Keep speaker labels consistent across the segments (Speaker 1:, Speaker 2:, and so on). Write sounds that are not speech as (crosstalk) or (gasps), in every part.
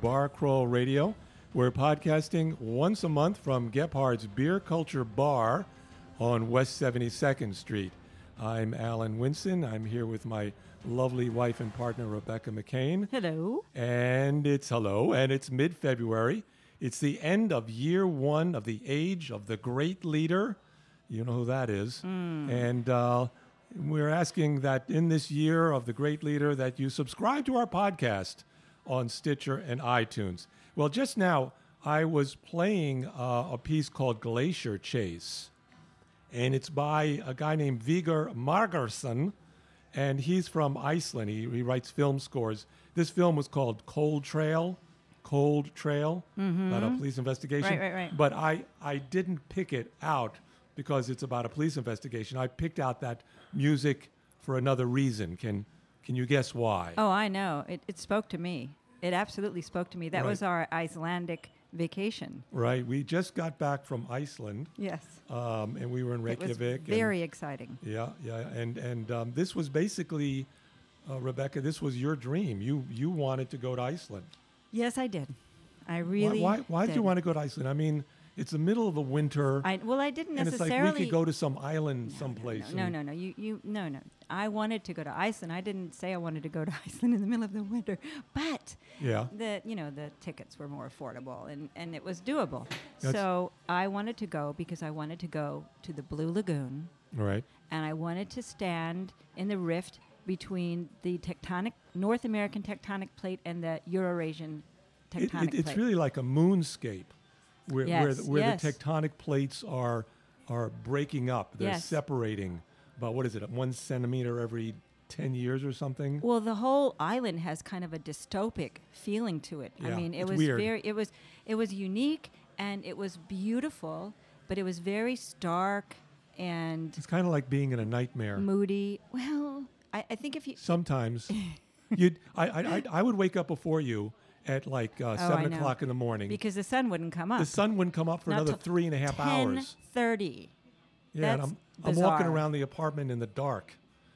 Speaker 1: Bar Crawl Radio. We're podcasting once a month from Gephardt's Beer Culture Bar on West 72nd Street. I'm Alan Winson. I'm here with my lovely wife and partner, Rebecca McCain.
Speaker 2: Hello.
Speaker 1: And it's hello, and it's mid February. It's the end of year one of the age of the great leader. You know who that is. And uh, we're asking that in this year of the great leader that you subscribe to our podcast on Stitcher and iTunes. Well, just now I was playing uh, a piece called Glacier Chase, and it's by a guy named Viger Margerson, and he's from Iceland. He, he writes film scores. This film was called Cold Trail, Cold Trail, about a police investigation.
Speaker 2: Mm-hmm. Right, right, right.
Speaker 1: But I, I didn't pick it out because it's about a police investigation. I picked out that music for another reason. Can, can you guess why?
Speaker 2: Oh, I know. It, it spoke to me. It absolutely spoke to me. That
Speaker 1: Right.
Speaker 2: was our Icelandic vacation.
Speaker 1: Right. We just got back from Iceland,
Speaker 2: Yes.
Speaker 1: um, and we were in
Speaker 2: It was
Speaker 1: Reykjavik. and-
Speaker 2: very exciting.
Speaker 1: yeah, yeah, and and um, this was basically, uh, Rebecca. This was your dream. You you wanted to go to Iceland.
Speaker 2: Yes, I did. I really.
Speaker 1: Why why, why
Speaker 2: did
Speaker 1: did you want to go to Iceland? I mean, it's the middle of the winter,
Speaker 2: I, well, I didn't
Speaker 1: and it's
Speaker 2: necessarily.
Speaker 1: like we could go to some island someplace.
Speaker 2: No,
Speaker 1: and-
Speaker 2: no, no. You, you, no, no. I wanted to go to Iceland. I didn't say I wanted to go to (laughs) Iceland in the middle of the winter, but
Speaker 1: Yeah.
Speaker 2: the you know the tickets were more affordable and and it was doable.
Speaker 1: That's-
Speaker 2: so I wanted to go because I wanted to go to the Blue Lagoon
Speaker 1: Right.
Speaker 2: and I wanted to stand in the rift between the tectonic North American tectonic plate and the Eurasian
Speaker 1: It,
Speaker 2: tectonic
Speaker 1: it,
Speaker 2: plate.
Speaker 1: it's really like a moonscape, where where,
Speaker 2: Yes,
Speaker 1: the, where
Speaker 2: yes.
Speaker 1: the tectonic plates are are breaking up. They're
Speaker 2: Yes.
Speaker 1: separating. About what is it? One centimeter every ten years or something.
Speaker 2: Well, the whole island has kind of a dystopic feeling to it.
Speaker 1: Yeah,
Speaker 2: I mean, it
Speaker 1: it's
Speaker 2: was
Speaker 1: weird.
Speaker 2: very it was it was unique and it was beautiful, but it was very stark and
Speaker 1: It's kind of like being in a nightmare.
Speaker 2: moody. Well, I, I think if you
Speaker 1: uh,
Speaker 2: (laughs)
Speaker 1: Sometimes you'd I, I I- I would wake up before you at like uh,
Speaker 2: Oh,
Speaker 1: seven
Speaker 2: I know.
Speaker 1: o'clock in the morning.
Speaker 2: because the sun wouldn't come up
Speaker 1: the sun wouldn't come up for another three and a half hours.
Speaker 2: Thirty.
Speaker 1: Yeah, and
Speaker 2: that's
Speaker 1: I'm I'm walking
Speaker 2: bizarre.
Speaker 1: around the apartment in the dark.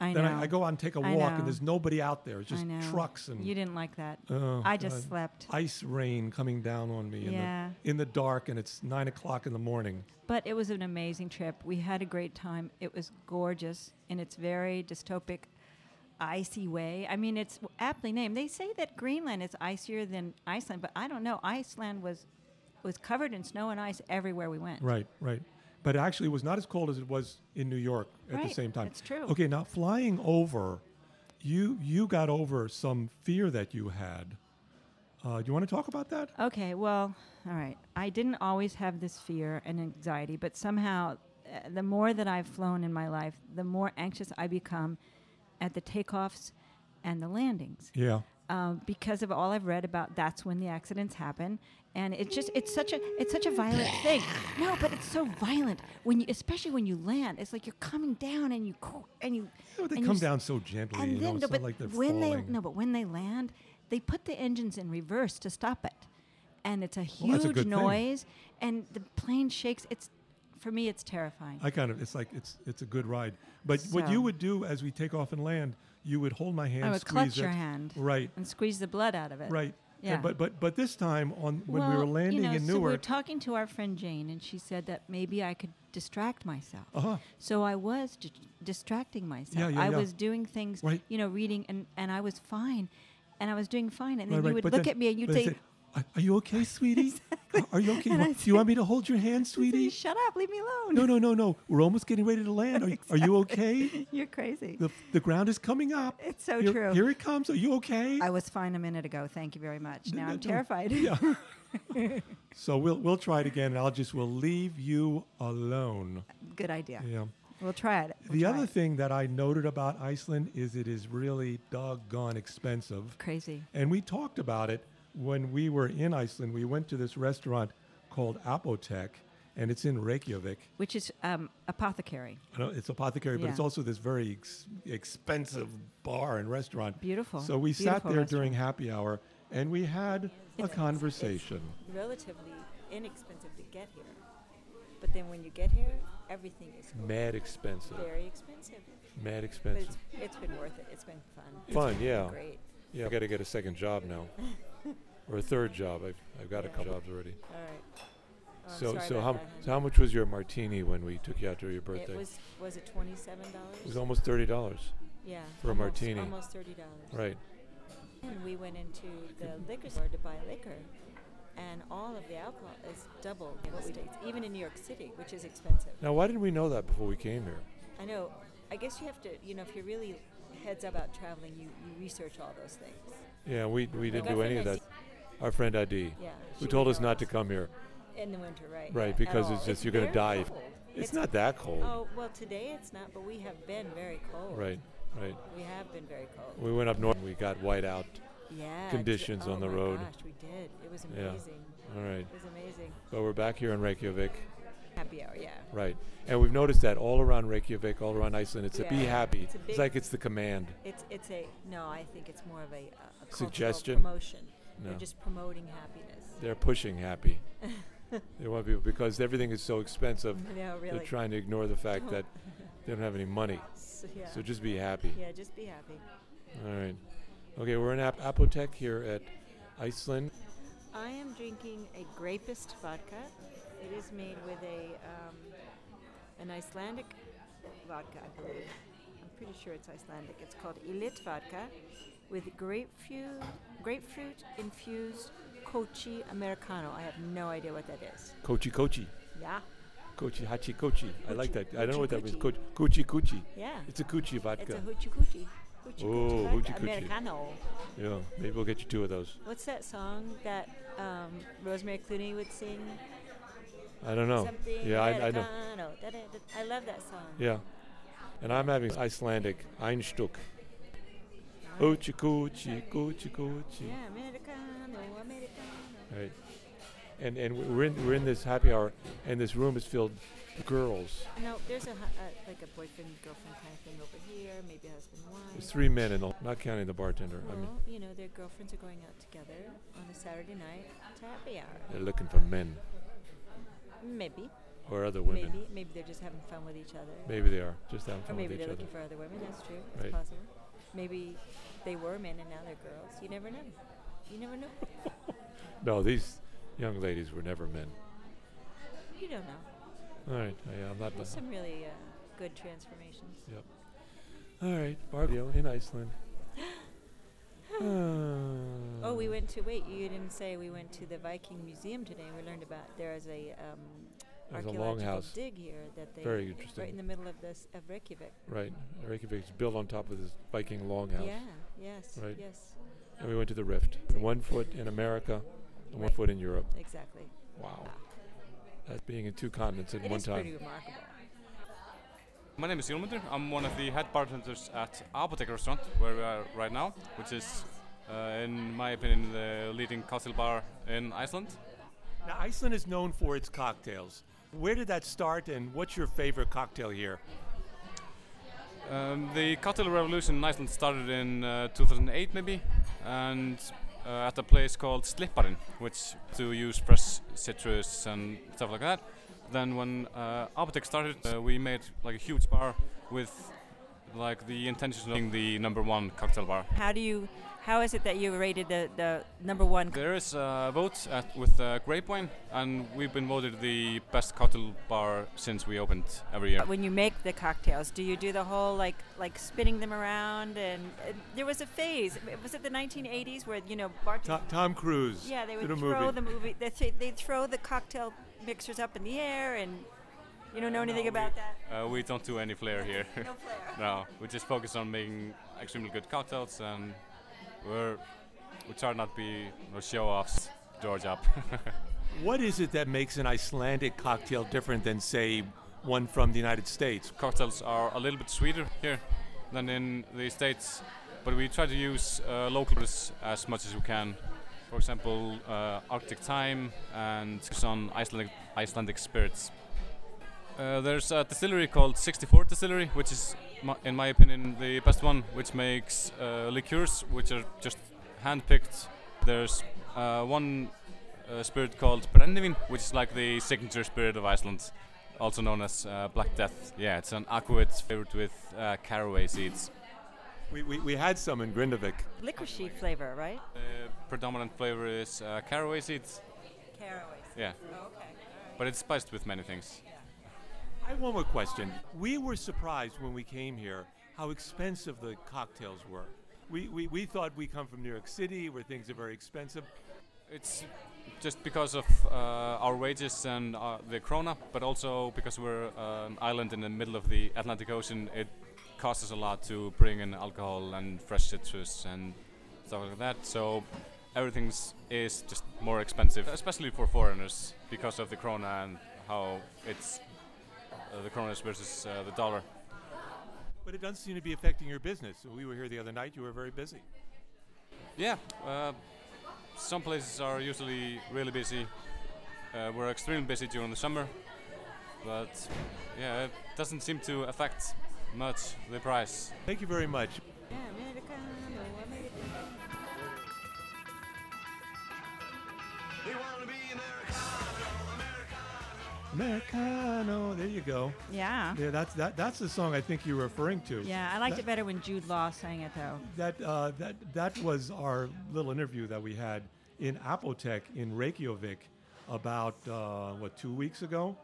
Speaker 2: I
Speaker 1: then
Speaker 2: know.
Speaker 1: I, I go out and take a
Speaker 2: I
Speaker 1: walk,
Speaker 2: know.
Speaker 1: and there's nobody out there. It's
Speaker 2: I
Speaker 1: just
Speaker 2: know.
Speaker 1: trucks and
Speaker 2: you didn't like that.
Speaker 1: Oh,
Speaker 2: I just
Speaker 1: God.
Speaker 2: slept.
Speaker 1: ice rain coming down on me
Speaker 2: Yeah.
Speaker 1: in the in the dark, and it's nine o'clock in the morning.
Speaker 2: But it was an amazing trip. We had a great time. It was gorgeous in its very dystopic, icy way. I mean, it's aptly named. They say that Greenland is icier than Iceland, but I don't know. Iceland was was covered in snow and ice everywhere we went.
Speaker 1: Right, right. But actually, it was not as cold as it was in New York at the
Speaker 2: Right,
Speaker 1: same time.
Speaker 2: that's true.
Speaker 1: Okay, now flying over, you you got over some fear that you had. Uh, do you want to talk about that?
Speaker 2: Okay, well, all right. I didn't always have this fear and anxiety, but somehow uh, the more that I've flown in my life, the more anxious I become at the takeoffs and the landings.
Speaker 1: Yeah,
Speaker 2: um, because of all I've read about. That's when the accidents happen, and it's just it's such a it's such a violent thing. No, but it's so violent when you, especially when you land. It's like you're coming down and you cr- and you.
Speaker 1: Oh, they
Speaker 2: and you
Speaker 1: come
Speaker 2: s-
Speaker 1: down so gently.
Speaker 2: And
Speaker 1: you know,
Speaker 2: then,
Speaker 1: it's
Speaker 2: no,
Speaker 1: not
Speaker 2: but
Speaker 1: like they're
Speaker 2: when
Speaker 1: falling.
Speaker 2: they no, but when they land, they put the engines in reverse to stop it, and it's a
Speaker 1: Well, that's
Speaker 2: huge
Speaker 1: a good thing.
Speaker 2: noise, and the plane shakes. It's for me, it's terrifying.
Speaker 1: I kind of it's like it's it's a good ride. But what
Speaker 2: So-
Speaker 1: you would do as we take off and land, you would hold my hand,
Speaker 2: I would
Speaker 1: squeeze it,
Speaker 2: clutch your hand
Speaker 1: right,
Speaker 2: and squeeze the blood out of it.
Speaker 1: right. And-
Speaker 2: Yeah.
Speaker 1: but but but this time on when we were
Speaker 2: Well,
Speaker 1: landing
Speaker 2: you know,
Speaker 1: in
Speaker 2: so we were
Speaker 1: Newark,
Speaker 2: talking to our friend Jane, and she said that maybe I could distract myself.
Speaker 1: uh-huh.
Speaker 2: So I was di- distracting myself.
Speaker 1: Yeah, yeah,
Speaker 2: I
Speaker 1: yeah.
Speaker 2: was doing things,
Speaker 1: Right.
Speaker 2: you know, reading, and, and I was fine, and I was doing fine. And then
Speaker 1: Right,
Speaker 2: you
Speaker 1: right,
Speaker 2: would
Speaker 1: but
Speaker 2: look
Speaker 1: then-
Speaker 2: at me and you'd
Speaker 1: but I'd
Speaker 2: say,
Speaker 1: "Are- "Are you
Speaker 2: (laughs)
Speaker 1: okay, sweetie? Are- Are you okay?
Speaker 2: And
Speaker 1: Wha-
Speaker 2: I'd
Speaker 1: Do you want me to hold your hand, sweetie?
Speaker 2: "Shut up, leave me alone." (laughs)
Speaker 1: No, no, no, no. We're almost getting ready to land. Are, are you okay?
Speaker 2: You're crazy.
Speaker 1: The, the ground is coming up.
Speaker 2: It's so
Speaker 1: here,
Speaker 2: true.
Speaker 1: Here it comes. Are you okay?
Speaker 2: I was fine a minute ago. Thank you very much. Now
Speaker 1: no,
Speaker 2: I'm
Speaker 1: no.
Speaker 2: terrified.
Speaker 1: yeah. so we'll we'll try it again, and I'll just we'll leave you alone.
Speaker 2: (laughs) Good idea.
Speaker 1: Yeah.
Speaker 2: We'll try it. We'll
Speaker 1: The
Speaker 2: try
Speaker 1: other
Speaker 2: it.
Speaker 1: thing that I noted about Iceland is it is really doggone expensive.
Speaker 2: crazy.
Speaker 1: And we talked about it when we were in Iceland. We went to this restaurant called Apotek, and it's in Reykjavik.
Speaker 2: Which is um, apothecary.
Speaker 1: I know it's apothecary, but it's
Speaker 2: Yeah.
Speaker 1: also this very ex- expensive bar and restaurant.
Speaker 2: Beautiful.
Speaker 1: So we sat
Speaker 2: Beautiful
Speaker 1: there during happy hour, and we had a conversation.
Speaker 2: relatively inexpensive to get here. But then when you get here, everything is
Speaker 1: Mad expensive.
Speaker 2: very expensive.
Speaker 1: Mad
Speaker 2: But
Speaker 1: expensive.
Speaker 2: it's, it's been worth it. It's been fun.
Speaker 1: Fun, yeah.
Speaker 2: Great. (laughs)
Speaker 1: Yeah, I got to get a second job now. or a third job. I've, I've got a couple jobs already.
Speaker 2: All right. Oh, I'm
Speaker 1: So,
Speaker 2: sorry
Speaker 1: so
Speaker 2: about
Speaker 1: how,
Speaker 2: that, hon.
Speaker 1: so how much was your martini when we took you out to your birthday?
Speaker 2: It was, was it twenty-seven
Speaker 1: It was
Speaker 2: dollars?
Speaker 1: almost thirty dollars.
Speaker 2: Yeah.
Speaker 1: for a
Speaker 2: almost-
Speaker 1: martini.
Speaker 2: Almost thirty dollars.
Speaker 1: Right.
Speaker 2: And we went into the liquor store to buy liquor, and all of the alcohol is double in the States, even in New York City, which is expensive.
Speaker 1: Now, why didn't we know that before we came here?
Speaker 2: I know, I guess you have to, you know, if you're really heads up about traveling, you, you research all those things.
Speaker 1: Yeah, we, we didn't
Speaker 2: Our
Speaker 1: do any of
Speaker 2: friend
Speaker 1: that. Our friend ID,
Speaker 2: Yeah.
Speaker 1: who
Speaker 2: she
Speaker 1: told
Speaker 2: would
Speaker 1: us
Speaker 2: know
Speaker 1: not to come here.
Speaker 2: In the winter, right.
Speaker 1: Right,
Speaker 2: yeah, at
Speaker 1: because it's
Speaker 2: all.
Speaker 1: just you're gonna
Speaker 2: very
Speaker 1: die if-
Speaker 2: cold.
Speaker 1: It's not that cold.
Speaker 2: Oh, well, today it's not, but we have been very cold.
Speaker 1: Right, right.
Speaker 2: We have been very cold.
Speaker 1: We went up north and we got white out.
Speaker 2: yeah. ju-
Speaker 1: conditions
Speaker 2: oh
Speaker 1: on the
Speaker 2: my
Speaker 1: road.
Speaker 2: Gosh, we did. It was
Speaker 1: Yeah.
Speaker 2: amazing.
Speaker 1: All right.
Speaker 2: It was amazing.
Speaker 1: But we're back here in Reykjavik.
Speaker 2: Happy hour, yeah.
Speaker 1: Right. And we've noticed that all around Reykjavik, all around Iceland, it's a be
Speaker 2: Yeah,
Speaker 1: happy.
Speaker 2: it's a big-
Speaker 1: like it's the command.
Speaker 2: It's it's a no. I think it's more of a, uh, a cultural
Speaker 1: Suggestion?
Speaker 2: promotion.
Speaker 1: No.
Speaker 2: They're just promoting happiness. (laughs)
Speaker 1: They're pushing happy. they want people because everything is so expensive.
Speaker 2: No, really.
Speaker 1: They're trying to ignore the fact
Speaker 2: (laughs)
Speaker 1: that they don't have any money.
Speaker 2: So, yeah.
Speaker 1: So just be happy.
Speaker 2: yeah, just be happy.
Speaker 1: All right. Okay, we're in Ap- Apotec here at Iceland.
Speaker 2: I am drinking a grapist vodka. It is made with a um, an Icelandic vodka, I believe. I'm pretty sure it's Icelandic. It's called Ilit vodka with grapefruit grapefruit infused Kochi Americano. I have no idea what that is.
Speaker 1: Kochi Kochi.
Speaker 2: Yeah,
Speaker 1: Kochi Hachi Kochi. I like that.
Speaker 2: Kochi-
Speaker 1: I don't know what that means.
Speaker 2: Kochi
Speaker 1: Kochi Kuchi Kuchi.
Speaker 2: yeah.
Speaker 1: It's a Kuchi
Speaker 2: It's a
Speaker 1: vodka.
Speaker 2: hoochie coochie. Hoochie
Speaker 1: Oh,
Speaker 2: coochie vodka
Speaker 1: hoochie coochie.
Speaker 2: Americano.
Speaker 1: yeah, maybe we'll get you two of those.
Speaker 2: What's that song that um, Rosemary Clooney would sing?
Speaker 1: I don't know.
Speaker 2: Something
Speaker 1: yeah, I, I know.
Speaker 2: Americano. Da, da, da. I love that song.
Speaker 1: Yeah. And I'm having Icelandic Einstuck. Kochi Kochi Kochi Kochi.
Speaker 2: Yeah, Americano, Americano.
Speaker 1: Right. And and we're in we're in this happy hour, and this room is filled with girls.
Speaker 2: No, there's a, hu- uh like a boyfriend girlfriend kind of thing over here. Maybe husband wife.
Speaker 1: There's three men in the, not counting the bartender. I mean,
Speaker 2: Well, you know, their girlfriends are going out together on a Saturday night to happy hour.
Speaker 1: they're looking for men
Speaker 2: Maybe,
Speaker 1: or other women.
Speaker 2: maybe, maybe they're just having fun with each other.
Speaker 1: Maybe they are just having
Speaker 2: Or
Speaker 1: fun
Speaker 2: maybe
Speaker 1: with each
Speaker 2: they're
Speaker 1: other.
Speaker 2: looking for other women. That's true. It's
Speaker 1: Right.
Speaker 2: possible. Maybe they were men and now they're girls. You never know. You never know.
Speaker 1: No, these young ladies were never men.
Speaker 2: you don't know.
Speaker 1: All right, I, am not.
Speaker 2: There's some really uh, good transformations.
Speaker 1: Yep. All right, Bardio in Iceland. (gasps)
Speaker 2: Oh, we
Speaker 1: Uh,
Speaker 2: went to wait. You didn't say we went to the Viking Museum today. We learned about there is a um,
Speaker 1: There's a
Speaker 2: archaeological
Speaker 1: longhouse.
Speaker 2: dig here that they
Speaker 1: Very
Speaker 2: right in
Speaker 1: interesting.
Speaker 2: the middle of this of Reykjavik.
Speaker 1: Right, Reykjavik's built on top of this Viking longhouse.
Speaker 2: Yeah. Yes.
Speaker 1: Right.
Speaker 2: Yes.
Speaker 1: And we went to the Rift. One foot in America, and one
Speaker 2: Right.
Speaker 1: foot in Europe.
Speaker 2: Exactly.
Speaker 1: Wow. That's being in two continents at
Speaker 2: It
Speaker 1: one
Speaker 2: is
Speaker 1: time.
Speaker 2: pretty remarkable.
Speaker 3: My name is Jólmundur. I'm one of the head bartenders at Apotek restaurant, where we are right now, which is, uh, in my opinion, the leading cocktail bar in Iceland.
Speaker 4: Now, Iceland is known for its cocktails. Where did that start, and what's your favorite cocktail here?
Speaker 3: Um, the cocktail revolution in Iceland started in uh, 2008, maybe, and uh, at a place called Slipparin, which to use fresh citrus and stuff like that. Then, when uh, Apotek started, uh, we made like a huge bar with like the intention of being the number one cocktail bar.
Speaker 2: How do you? How is it that you rated the the number one?
Speaker 3: There is a vote at, with uh, grape wine, and we've been voted the best cocktail bar since we opened every year.
Speaker 2: when you make the cocktails do you do the whole like like spinning them around and uh, there was a phase was it the 1980s where you know
Speaker 4: Tom,
Speaker 2: bartenders
Speaker 4: Tom Cruise.
Speaker 2: yeah they would
Speaker 4: did a
Speaker 2: throw
Speaker 4: movie.
Speaker 2: the movie they'd, say- they'd throw the cocktail mixers up in the air and you don't know anything
Speaker 3: we-
Speaker 2: about that
Speaker 3: Uh, we don't do any flair here.
Speaker 2: no flair
Speaker 3: (laughs) no, we just focus on making extremely good cocktails, and we're we try not to be no show offs. George up.
Speaker 4: (laughs)
Speaker 3: (laughs)
Speaker 4: What is it that makes an Icelandic cocktail different than, say, one from the United States?
Speaker 3: Cocktails are a little bit sweeter here than in the states, but we try to use uh, local brews as much as we can. For example, uh, Arctic Time and some Icelandic, Icelandic spirits. Uh, there's a distillery called 64 Distillery, which is, my, in my opinion, the best one, which makes uh, liqueurs, which are just handpicked. There's uh, one uh, spirit called Brennivin, which is like the signature spirit of Iceland, also known as uh, Black Death. Yeah, it's an aquavit flavored with uh, caraway seeds.
Speaker 1: We, we, we had some in Grindavik.
Speaker 5: Licorice flavor, right?
Speaker 3: The predominant flavor is uh, caraway seeds,
Speaker 5: Caraway.
Speaker 3: yeah,
Speaker 5: Okay.
Speaker 3: but it's spiced with many things.
Speaker 1: I have one more question. We were surprised when we came here how expensive the cocktails were. We, we, we thought we come from New York City where things are very expensive.
Speaker 3: It's just because of uh, our wages and uh, the krona, but also because we're uh, an island in the middle of the Atlantic Ocean, it costs us a lot to bring in alcohol and fresh citrus and stuff like that. So everything is just more expensive, especially for foreigners, because of the krona and how it's uh, the kronas versus uh, the dollar.
Speaker 1: But it doesn't seem to be affecting your business. We were here the other night, you were very busy.
Speaker 3: Yeah, uh, some places are usually really busy. Uh, we're extremely busy during the summer, but yeah, it doesn't seem to affect much the price.
Speaker 1: Thank you very much.
Speaker 5: Yeah, Americano, Americano.
Speaker 1: Americano, there you go.
Speaker 2: Yeah.
Speaker 1: Yeah, that's that. That's the song I think you're referring to.
Speaker 2: Yeah, I liked it better when Jude Law sang it though.
Speaker 1: That uh, that that was our little interview that we had in Apotec in Reykjavik about uh, what two weeks ago,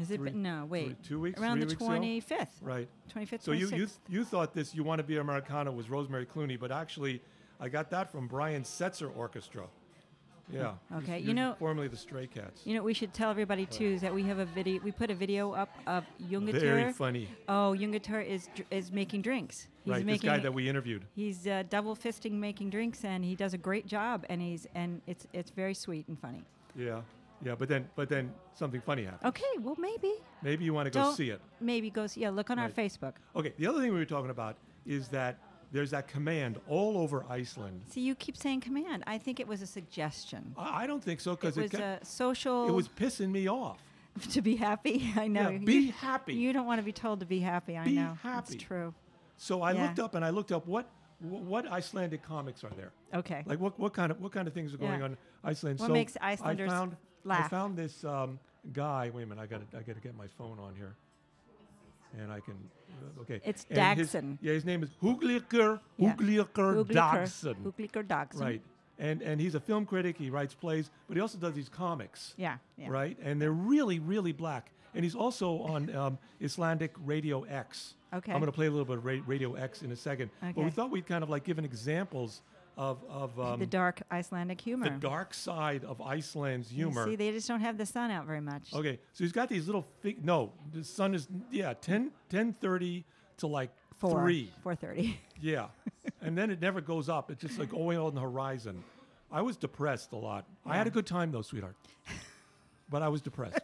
Speaker 2: Is it?
Speaker 1: Three-
Speaker 2: no, wait.
Speaker 1: three- two weeks,
Speaker 2: Around
Speaker 1: three
Speaker 2: the
Speaker 1: weeks ago?
Speaker 2: twenty fifth,
Speaker 1: right?
Speaker 2: twenty fifth,
Speaker 1: So
Speaker 2: twenty
Speaker 1: you you
Speaker 2: sixth.
Speaker 1: you thought this you want to be Americano was Rosemary Clooney, but actually I got that from Brian Setzer Orchestra. Yeah.
Speaker 2: Mm, Okay,
Speaker 1: Who's-
Speaker 2: you know-
Speaker 1: who's formerly the Stray Cats.
Speaker 2: You know, we should tell everybody too is that we have a video. We put a video up of Jungatur.
Speaker 1: Very funny,
Speaker 2: Oh, Jungatur is dr- is making drinks. He's
Speaker 1: right? This
Speaker 2: making
Speaker 1: guy that we interviewed.
Speaker 2: he's uh, double fisting making drinks, and he does a great job. And he's and it's it's very sweet and funny.
Speaker 1: Yeah, yeah. But then but then something funny happened.
Speaker 2: Okay, well maybe
Speaker 1: Maybe you want to go
Speaker 2: Don't-
Speaker 1: see it.
Speaker 2: maybe goes yeah. Look on our
Speaker 1: Right.
Speaker 2: Facebook.
Speaker 1: Okay, the other thing we were talking about is that there's that command all over Iceland.
Speaker 2: See, you keep saying command. I think it was a suggestion.
Speaker 1: I, I don't think so
Speaker 2: It
Speaker 1: because it,
Speaker 2: was
Speaker 1: kept-
Speaker 2: a social.
Speaker 1: it was pissing me off.
Speaker 2: (laughs) to be happy. I know.
Speaker 1: Yeah,
Speaker 2: You- (laughs)
Speaker 1: be happy.
Speaker 2: You don't want to be told to be happy. I
Speaker 1: Be
Speaker 2: know.
Speaker 1: happy.
Speaker 2: It's true.
Speaker 1: So I
Speaker 2: Yeah.
Speaker 1: looked up and I looked up what wh- what Icelandic comics are there?
Speaker 2: Okay.
Speaker 1: Like what, what kind of what kind of things are going
Speaker 2: Yeah.
Speaker 1: on in Iceland?
Speaker 2: What
Speaker 1: so
Speaker 2: makes
Speaker 1: I
Speaker 2: Icelanders
Speaker 1: found- I
Speaker 2: laugh?
Speaker 1: found this um, guy. Wait a minute, I got I got to get my phone on here, and I can. uh, Okay.
Speaker 2: It's
Speaker 1: And his-
Speaker 2: Dagson.
Speaker 1: yeah, his name is Hugliker
Speaker 2: Yeah.
Speaker 1: Hugliker
Speaker 2: Hooglicker-
Speaker 1: Dagson.
Speaker 2: Hooglicker Dagson.
Speaker 1: Right. And and he's a film critic. He writes plays, but he also does these comics.
Speaker 2: Yeah, yeah.
Speaker 1: Right. And they're really really black. And he's also on um, Icelandic Radio X.
Speaker 2: Okay.
Speaker 1: I'm going to play a little bit of Ra- Radio X in a second. But we
Speaker 2: Okay.
Speaker 1: thought we'd kind of like given examples of of um,
Speaker 2: the dark Icelandic humor.
Speaker 1: the dark side of Iceland's
Speaker 2: You
Speaker 1: humor.
Speaker 2: see, they just don't have the sun out very much.
Speaker 1: Okay, so he's got these little fig. No, the sun is yeah 10 10:30 to like
Speaker 2: Four.
Speaker 1: three.
Speaker 2: Four thirty. (laughs)
Speaker 1: Yeah. and then it never goes up. It's just like always on the horizon. I was depressed a lot. I had a good time though,
Speaker 2: (laughs)
Speaker 1: sweetheart. but I was depressed.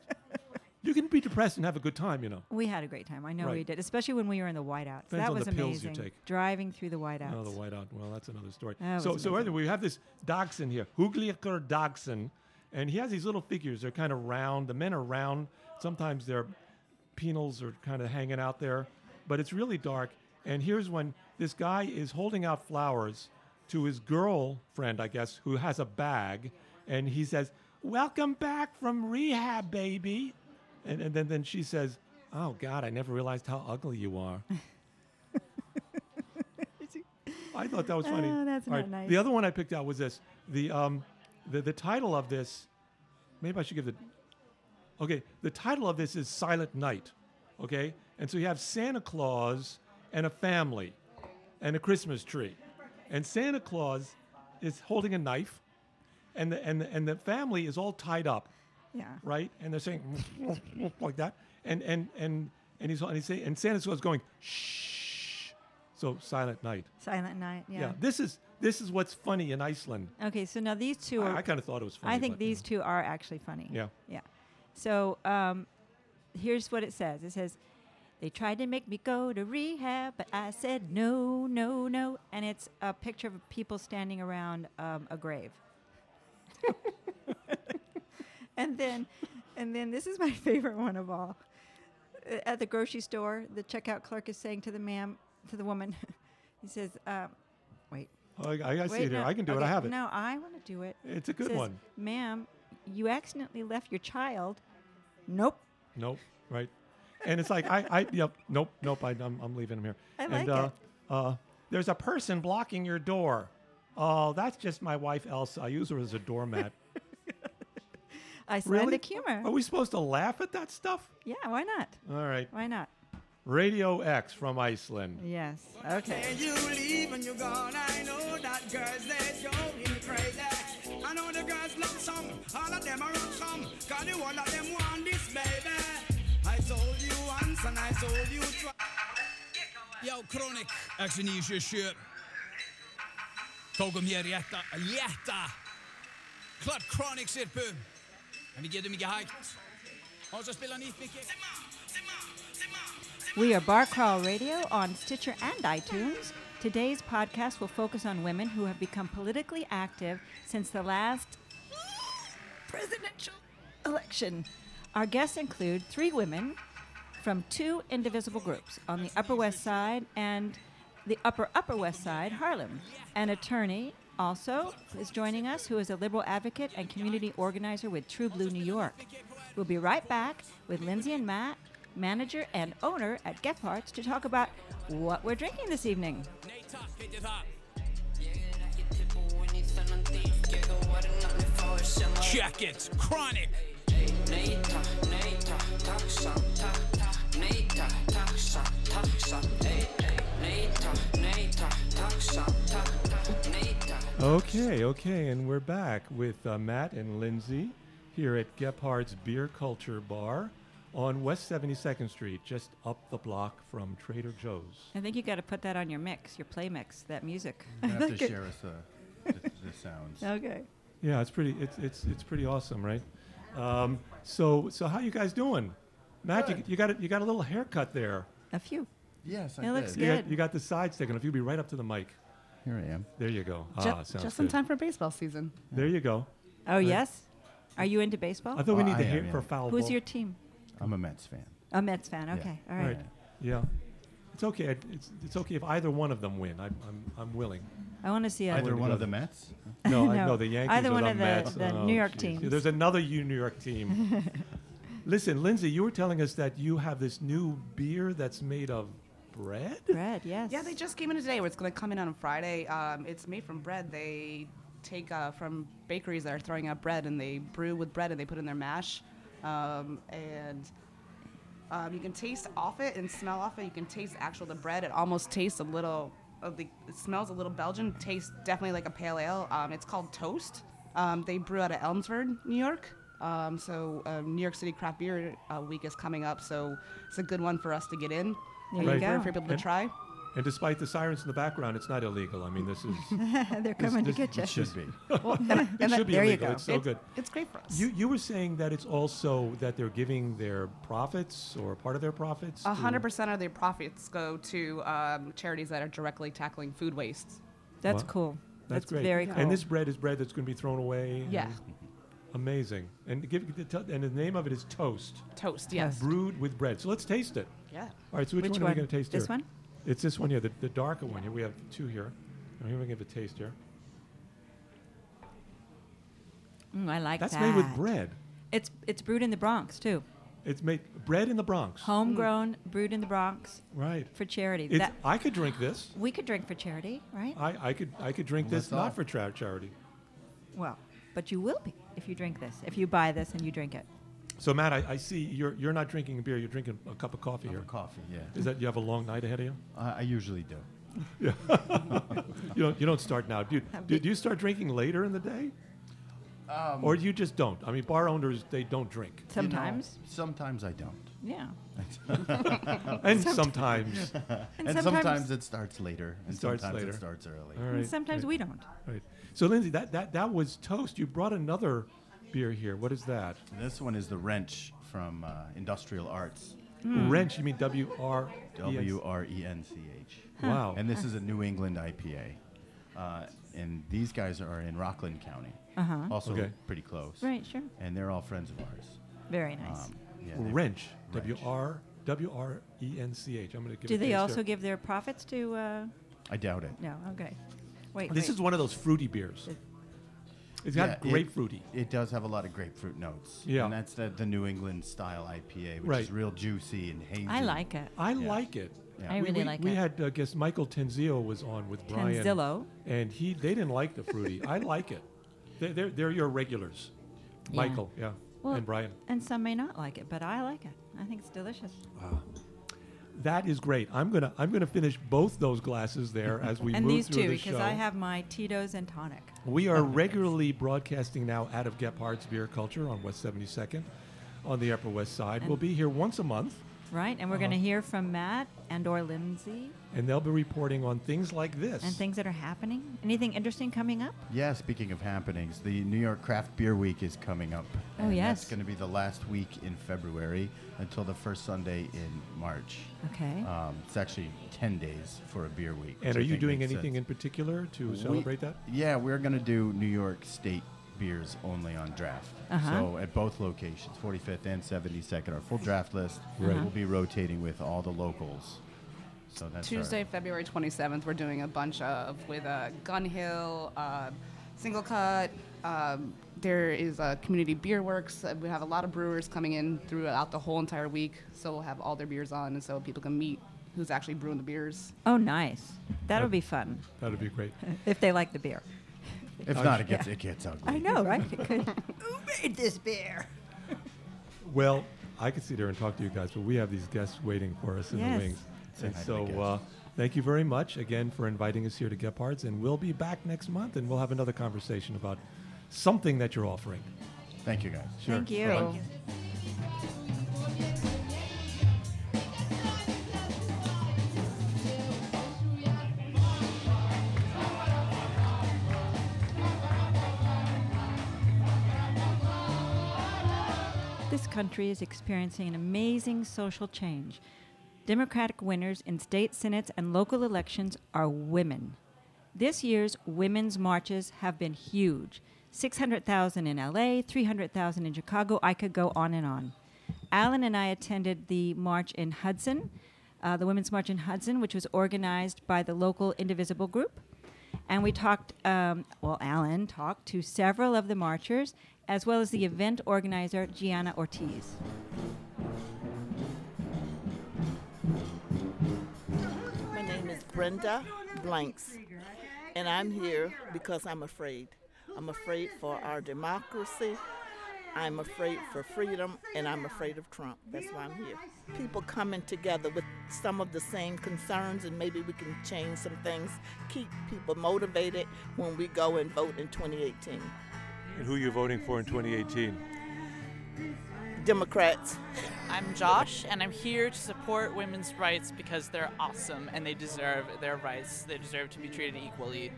Speaker 1: you can be depressed and have a good time, you know.
Speaker 2: We had a great time. I know we
Speaker 1: Right.
Speaker 2: did, especially when we were in the whiteouts.
Speaker 1: Depends
Speaker 2: that
Speaker 1: on
Speaker 2: was
Speaker 1: the pills you
Speaker 2: amazing.
Speaker 1: take.
Speaker 2: Driving through the whiteouts.
Speaker 1: Oh, the whiteout. Well, that's another story.
Speaker 2: That
Speaker 1: so,
Speaker 2: was
Speaker 1: so
Speaker 2: amazing.
Speaker 1: anyway, we have this dachshund here, Hugliker dachshund, and he has these little figures. They're kind of round. The men are round. Sometimes their penals are kind of hanging out there, but it's really dark. And here's when this guy is holding out flowers to his girlfriend, I guess, who has a bag, and he says, "Welcome back from rehab, baby," and, and then then she says. Oh God! I never realized how ugly you are. I thought that was funny.
Speaker 2: Oh, that's
Speaker 1: All
Speaker 2: not
Speaker 1: The
Speaker 2: nice.
Speaker 1: other one I picked out was this. The um, the, the title of this. Maybe I should give the. Okay, the title of this is Silent Night. Okay, and so you have Santa Claus and a family, and a Christmas tree, and Santa Claus is holding a knife, and the and the, and the family is all tied up
Speaker 2: yeah.
Speaker 1: right? And they're saying (laughs) like that, and and and and he's and he's saying, and Santa's was going shh, so silent night.
Speaker 2: Silent night.
Speaker 1: Yeah.
Speaker 2: Yeah.
Speaker 1: this is this is what's funny in Iceland.
Speaker 2: Okay, so now these two
Speaker 1: I,
Speaker 2: are.
Speaker 1: kind of thought it was funny.
Speaker 2: I think
Speaker 1: but, you
Speaker 2: these
Speaker 1: know.
Speaker 2: two are actually funny.
Speaker 1: Yeah.
Speaker 2: Yeah. So um, here's what it says it says, They tried to make me go to rehab, but I said no, no, no. And it's a picture of people standing around um, a grave. and then, and then this is my favorite one of all. Uh, At the grocery store, the checkout clerk is saying to the ma'am, to the woman, (laughs) he says, um, "Wait,
Speaker 1: Oh, I, I, I see it here. I can do it. I
Speaker 2: okay,
Speaker 1: have it.
Speaker 2: No, I want to do it.
Speaker 1: It's a good
Speaker 2: Says,
Speaker 1: one.
Speaker 2: Ma'am, you accidentally left your child. Nope.
Speaker 1: Nope. Right. And it's like I I yep. Nope. Nope. I, I'm I'm leaving him here.
Speaker 2: I
Speaker 1: and,
Speaker 2: like
Speaker 1: uh, Uh, There's a person blocking your door. Oh, that's just my wife Elsa. I use her as a
Speaker 2: (laughs)
Speaker 1: doormat. really?
Speaker 2: Icelandic humor.
Speaker 1: Are we supposed to laugh at that stuff?
Speaker 2: Yeah, why not?
Speaker 1: All right.
Speaker 2: Why not?
Speaker 1: Radio X from Iceland.
Speaker 2: Yes. Okay.
Speaker 6: And you leave and you gone. I know that girls they going crazy. I know the girls love some, all of them are some. Cause the one of them want this baby. I told you once and I told you twice.
Speaker 7: Já, Krónik, X977 Tókum hér létta, létta Club Krónik sirpu En við getum ekki hægt Og svo spila nýtt mikið
Speaker 2: We are Bar Crawl Radio on Stitcher and iTunes. Today's podcast will focus on women who have become politically active since the last presidential election. Our guests include three women from two indivisible groups on the Upper West Side and the Upper Upper West Side, Harlem. An attorney also is joining us who is a liberal advocate and community organizer with True Blue New York. We'll be right back with Lindsay and Matt, manager and owner at Gephardt, to talk about what we're drinking this evening.
Speaker 7: Nei takk, heitir það Check it, Krónik
Speaker 1: Okay, okay, and we're back with uh, Matt and Lindsay here at Gephardt's Beer Culture Bar on West 72nd Street, just up the block from Trader Joe's.
Speaker 2: I think you got to put that on your mix, your play mix, that music.
Speaker 8: You
Speaker 2: (laughs)
Speaker 8: have to share us uh, the, the (laughs) sounds.
Speaker 2: Okay.
Speaker 1: Yeah, it's pretty. It's it's it's pretty awesome, right? Um, so so how you guys doing? Matt, you,
Speaker 8: Good.
Speaker 1: you got a, you got a little haircut there.
Speaker 2: A few.
Speaker 8: Yes, I
Speaker 2: It looks
Speaker 8: did.
Speaker 1: You got,
Speaker 2: Good.
Speaker 1: you got the sides taken. If you be right up to the mic,
Speaker 8: Here I am.
Speaker 1: there you go.
Speaker 9: Ju-
Speaker 1: Ah, sounds
Speaker 9: just in
Speaker 1: good.
Speaker 9: time for baseball season.
Speaker 1: There you go.
Speaker 2: Oh, yes? Are you into baseball?
Speaker 1: I thought we
Speaker 8: Well,
Speaker 1: need to
Speaker 8: Oh, I am,
Speaker 1: hear
Speaker 8: yeah.
Speaker 1: for foul
Speaker 2: Who's
Speaker 1: ball.
Speaker 2: your team?
Speaker 8: I'm a Mets fan.
Speaker 2: A Mets fan. Okay. All
Speaker 1: All
Speaker 2: right.
Speaker 1: right. Yeah. It's okay. I- It's, it's okay if either one of them win. I'm, I'm, I'm willing.
Speaker 2: I want to see a.
Speaker 8: Either
Speaker 1: Wouldn't
Speaker 8: one
Speaker 1: go
Speaker 8: of the
Speaker 1: there.
Speaker 8: Mets.
Speaker 1: No, I
Speaker 2: (laughs) No.
Speaker 1: know the Yankees
Speaker 2: Either
Speaker 1: or
Speaker 2: one
Speaker 1: the
Speaker 2: of the-
Speaker 1: Mets.
Speaker 2: the
Speaker 1: Oh,
Speaker 2: New York
Speaker 1: jeez.
Speaker 2: teams.
Speaker 1: There's another you New York
Speaker 2: (laughs)
Speaker 1: team. Listen, Lindsay, you were telling us that you have this new beer that's made of bread.
Speaker 2: Bread, yes.
Speaker 9: Yeah, they just came in today. Where it's going to come in on Friday. Um, it's made from bread. They take uh, from bakeries that are throwing out bread, and they brew with bread, and they put in their mash, um, and um, you can taste off it and smell off it. You can taste actual the bread. It almost tastes a little. Of the, it smells a little Belgian. Tastes definitely like a pale ale. Um, it's called Toast. Um, they brew out of Elmsford, New York. Um, so uh, New York City Craft Beer uh, Week is coming up, so it's a good one for us to get in.
Speaker 2: There
Speaker 1: Right.
Speaker 2: you go.
Speaker 9: For people to
Speaker 1: And-
Speaker 9: try.
Speaker 1: And despite the sirens in the background, it's not illegal. I mean, this
Speaker 9: (laughs)
Speaker 1: is
Speaker 2: They're coming to
Speaker 1: this-
Speaker 2: get you.
Speaker 8: It should be.
Speaker 1: it should be
Speaker 2: there you
Speaker 1: illegal.
Speaker 2: go.
Speaker 1: It's so
Speaker 9: it's,
Speaker 1: good.
Speaker 9: It's great for us.
Speaker 1: You you were saying that it's also that they're giving their profits or part of their profits.
Speaker 9: A
Speaker 1: to-
Speaker 9: hundred percent of their profits go to um, charities that are directly tackling food waste.
Speaker 2: That's
Speaker 1: Wow.
Speaker 2: cool.
Speaker 1: That's, great.
Speaker 2: very cool.
Speaker 1: And this bread is bread that's going to be thrown away.
Speaker 9: Yeah,
Speaker 1: Amazing. And give and the name of it is toast,
Speaker 9: toast. Yes.
Speaker 1: brewed with bread. So let's taste it.
Speaker 9: Yeah.
Speaker 1: All right. So which,
Speaker 2: Which
Speaker 1: one, are
Speaker 2: one?
Speaker 1: we going to taste here?
Speaker 2: This one?
Speaker 1: It's this one here, the, the darker one here. We have two here. I'm going to give a taste here.
Speaker 2: Mm, I like
Speaker 1: That's
Speaker 2: that.
Speaker 1: made with bread.
Speaker 2: It's it's brewed in the Bronx too.
Speaker 1: It's made bread in the Bronx.
Speaker 2: Homegrown, brewed in the Bronx
Speaker 1: Right.
Speaker 2: for charity.
Speaker 1: It's,
Speaker 2: That
Speaker 1: I could drink this.
Speaker 2: we could drink for charity, right?
Speaker 1: I, I could I could drink
Speaker 8: Well,
Speaker 1: this
Speaker 8: that's all.
Speaker 1: not for tra- charity.
Speaker 2: well, but you will be if you drink this. If you buy this and you drink it.
Speaker 1: So Matt, I, I see you're you're not drinking a beer. You're drinking a cup of coffee here.
Speaker 8: Coffee, yeah.
Speaker 1: Is that you have a long night ahead of you?
Speaker 8: I, I
Speaker 1: (laughs)
Speaker 8: usually do.
Speaker 1: You don't you don't start now. Do you, do, do you start drinking later in the day? or you just don't. I mean, bar owners they don't drink,
Speaker 8: Um, You know,
Speaker 2: Sometimes,
Speaker 8: sometimes I don't. (laughs)
Speaker 2: yeah.
Speaker 1: and sometimes.
Speaker 2: And,
Speaker 8: And
Speaker 2: sometimes,
Speaker 8: sometimes, it starts later, and
Speaker 1: starts
Speaker 8: sometimes
Speaker 1: later.
Speaker 8: it starts early.
Speaker 1: All
Speaker 2: and
Speaker 1: right,
Speaker 2: sometimes
Speaker 1: right,
Speaker 2: we don't.
Speaker 1: right. So Lindsay, that, that that was toast. You brought another beer here. What is that?
Speaker 8: This one is the wrench from uh, Industrial Arts,
Speaker 1: Hmm. Wrench? You mean W R E N C?
Speaker 8: W R E N C H.
Speaker 1: Wow.
Speaker 8: And this is a New England IPA. Uh, and these guys are in Rockland County, also
Speaker 1: Uh-huh. Okay.
Speaker 8: pretty close.
Speaker 2: Right, sure.
Speaker 8: And they're all friends of ours.
Speaker 2: Very nice.
Speaker 8: Um, yeah, they're-
Speaker 1: Wrench.
Speaker 8: Wrench.
Speaker 1: W R W R E N C H. I'm going to give.
Speaker 2: Do
Speaker 1: it
Speaker 2: they
Speaker 1: taste
Speaker 2: also
Speaker 1: there.
Speaker 2: give their profits to? Uh,
Speaker 8: I doubt it.
Speaker 2: no. Okay. Wait.
Speaker 1: This
Speaker 2: wait.
Speaker 1: is one of those fruity beers. It's got
Speaker 8: Yeah, it-
Speaker 1: grapefruity.
Speaker 8: It, does have a lot of grapefruit notes.
Speaker 1: Yeah.
Speaker 8: And that's the, the New England style IPA, which
Speaker 1: Right.
Speaker 8: is real juicy and hazy.
Speaker 2: I like it.
Speaker 1: I like it.
Speaker 8: Yeah.
Speaker 2: I
Speaker 1: We-
Speaker 2: really
Speaker 1: we,
Speaker 2: like
Speaker 1: we
Speaker 2: it.
Speaker 1: had, I guess, Michael Tenzillo was on with Brian.
Speaker 2: Tenzillo.
Speaker 1: And he, they didn't like the fruity. I like it. They're, they're, they're your regulars.
Speaker 2: Yeah.
Speaker 1: Michael, yeah,
Speaker 2: Well,
Speaker 1: and Brian.
Speaker 2: and some may not like it, but I like it. I think it's delicious.
Speaker 1: That is great. I'm gonna, I'm gonna finish both those glasses
Speaker 2: (laughs)
Speaker 1: there as we
Speaker 2: and
Speaker 1: move
Speaker 2: these
Speaker 1: through
Speaker 2: two,
Speaker 1: the
Speaker 2: because
Speaker 1: show.
Speaker 2: I have Oh, my Tito's and tonic.
Speaker 1: We are regularly broadcasting now out of Gephardt's Beer Culture on West 72nd on the Upper West Side. we'll be here once a month,
Speaker 2: Right, and we're going to
Speaker 8: Uh-huh.
Speaker 2: hear from Matt and or Lindsay
Speaker 1: and they'll be reporting on things like this.
Speaker 2: and things that are happening. Anything interesting coming up? (laughs)
Speaker 8: Yeah, speaking of happenings, the New York Craft Beer Week is coming up.
Speaker 2: Oh,
Speaker 8: and
Speaker 2: yes.
Speaker 8: That's going to be the last week in February until the first Sunday in March.
Speaker 2: Okay.
Speaker 8: Um, it's actually 10 days for a beer week.
Speaker 1: and
Speaker 8: which
Speaker 1: are
Speaker 8: I
Speaker 1: you
Speaker 8: think
Speaker 1: doing
Speaker 8: makes
Speaker 1: anything in
Speaker 8: sense.
Speaker 1: particular to
Speaker 8: We-
Speaker 1: celebrate that?
Speaker 8: Yeah, we're going to do New York State beers only on draft.
Speaker 2: Uh-huh.
Speaker 8: So at both locations, 45th and 72nd, our full draft list will be rotating with all the locals. So that's our-
Speaker 9: Tuesday, February 27th, we're doing a bunch of with uh, Gun Hill, uh, Single Cut. Um, there is a Community Beer Works. Uh, We have a lot of brewers coming in throughout the whole entire week, so we'll have all their beers on, and so people can meet who's actually brewing the beers.
Speaker 2: Oh, nice. That'll be fun
Speaker 1: That would be great.
Speaker 2: if they like the beer.
Speaker 8: If not, it gets,
Speaker 2: (laughs)
Speaker 8: it gets ugly.
Speaker 2: I know, right? It could- (laughs) Who made this beer?
Speaker 1: Well, I could sit here and talk to you guys, but we have these guests waiting for us in
Speaker 2: Yes.
Speaker 1: the wings.
Speaker 8: Say
Speaker 1: And
Speaker 8: hi to
Speaker 1: so,
Speaker 8: the
Speaker 1: uh,
Speaker 8: guests.
Speaker 1: thank you very much again for inviting us here to Gephardt's, and we'll be back next month, and we'll have another conversation about something that you're offering.
Speaker 8: Thank you, guys.
Speaker 2: Thank you.
Speaker 9: So-
Speaker 2: This country is experiencing an amazing social change. Democratic winners in state senates and local elections are women. This year's women's marches have been huge 600,000 in LA, 300,000 in Chicago. I could go on and on. Alan and I attended the march in Hudson, uh, the Women's March in Hudson, which was organized by the local Indivisible group. And we talked, um, well, Alan talked to several of the marchers, as well as the event organizer, Gianna Ortiz.
Speaker 10: My name is Brenda Blanks, and I'm here because I'm afraid. I'm afraid for our democracy. I'm afraid for freedom, and I'm afraid of Trump. That's why I'm here. People coming together with some of the same concerns, and maybe we can change some things, keep people motivated when we go and vote in 2018.
Speaker 11: And who you're voting for in 2018?
Speaker 10: Democrats,
Speaker 12: I'm Josh, and I'm here to support women's rights because they're awesome and they deserve their rights. They deserve to be treated equally.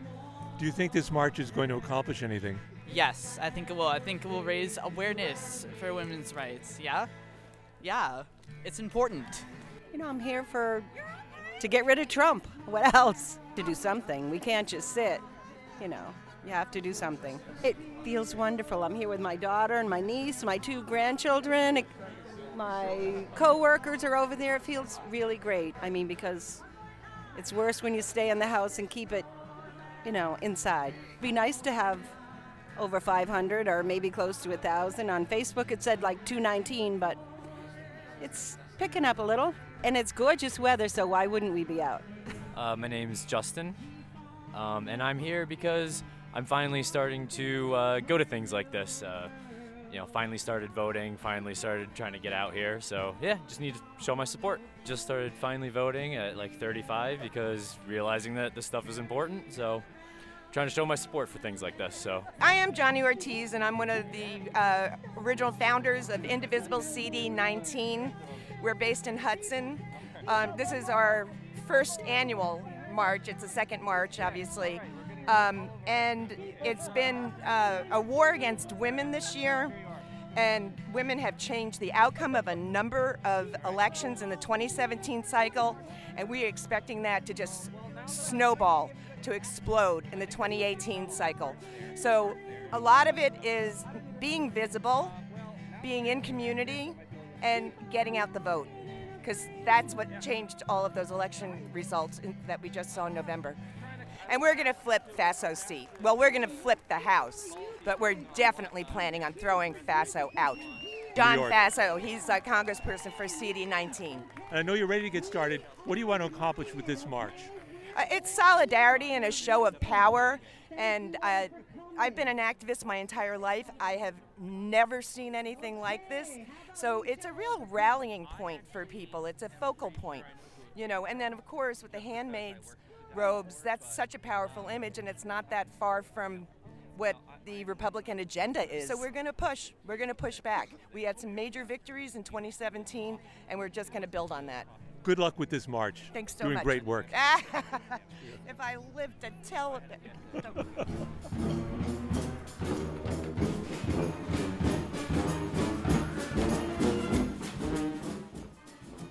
Speaker 11: Do you think this march is going to accomplish anything?
Speaker 12: Yes, I think it will. I think it will raise awareness for women's rights. Yeah? Yeah. It's important.
Speaker 13: You know, I'm here for to get rid of Trump. (laughs) What else? To do something. We can't just sit. You know, you have to do something. It feels wonderful. I'm here with my daughter and my niece, my two grandchildren. It- My coworkers are over there. It feels really great. I mean, because it's worse when you stay in the house and keep it, you know, inside. It'd be nice to have over 500 or maybe close to a 1,000. On Facebook, it said like 219, but it's picking up a little, and it's gorgeous weather, so why wouldn't we be out?
Speaker 14: Uh, my name is Justin, um, and I'm here because I'm finally starting to uh, go to things like this. Uh, you know, finally started voting, finally started trying to get out here. So yeah, just need to show my support. Just started finally voting at like 35 because realizing that this stuff is important. So trying to show my support for things like this. So
Speaker 15: I am Johnny Ortiz, and I'm one of the uh, original founders of Indivisible CD 19. We're based in Hudson. Um, this is our first annual march. It's the second march, obviously. Um, and it's been uh, a war against women this year and women have changed the outcome of a number of elections in the 2017 cycle, and we are expecting that to just snowball, to explode in the 2018 cycle. So, a lot of it is being visible, being in community, and getting out the vote, because that's what changed all of those election results in, that we just saw in November. And we're going to flip FASO seat. Well, we're going to flip the House, but we're definitely planning on throwing FASO out. Don
Speaker 16: York.
Speaker 15: Faso, he's a congressperson for CD 19.
Speaker 16: And I know you're ready to get started. What do you want to accomplish with this march?
Speaker 15: Uh, it's solidarity and a show of power. And uh, I've been an activist my entire life. I have never seen anything like this. So it's a real rallying point for people. It's a focal point, you know. And then, of course, with the handmaids robes, that's such a powerful image, and it's not that far from what the Republican agenda is. So we're going to push. We're going to push back. We had some major victories in 2017, and we're just going to build on that.
Speaker 16: Good luck with this march.
Speaker 15: Thanks so
Speaker 16: Doing
Speaker 15: much.
Speaker 16: great work.
Speaker 15: (laughs) if I live to tell it.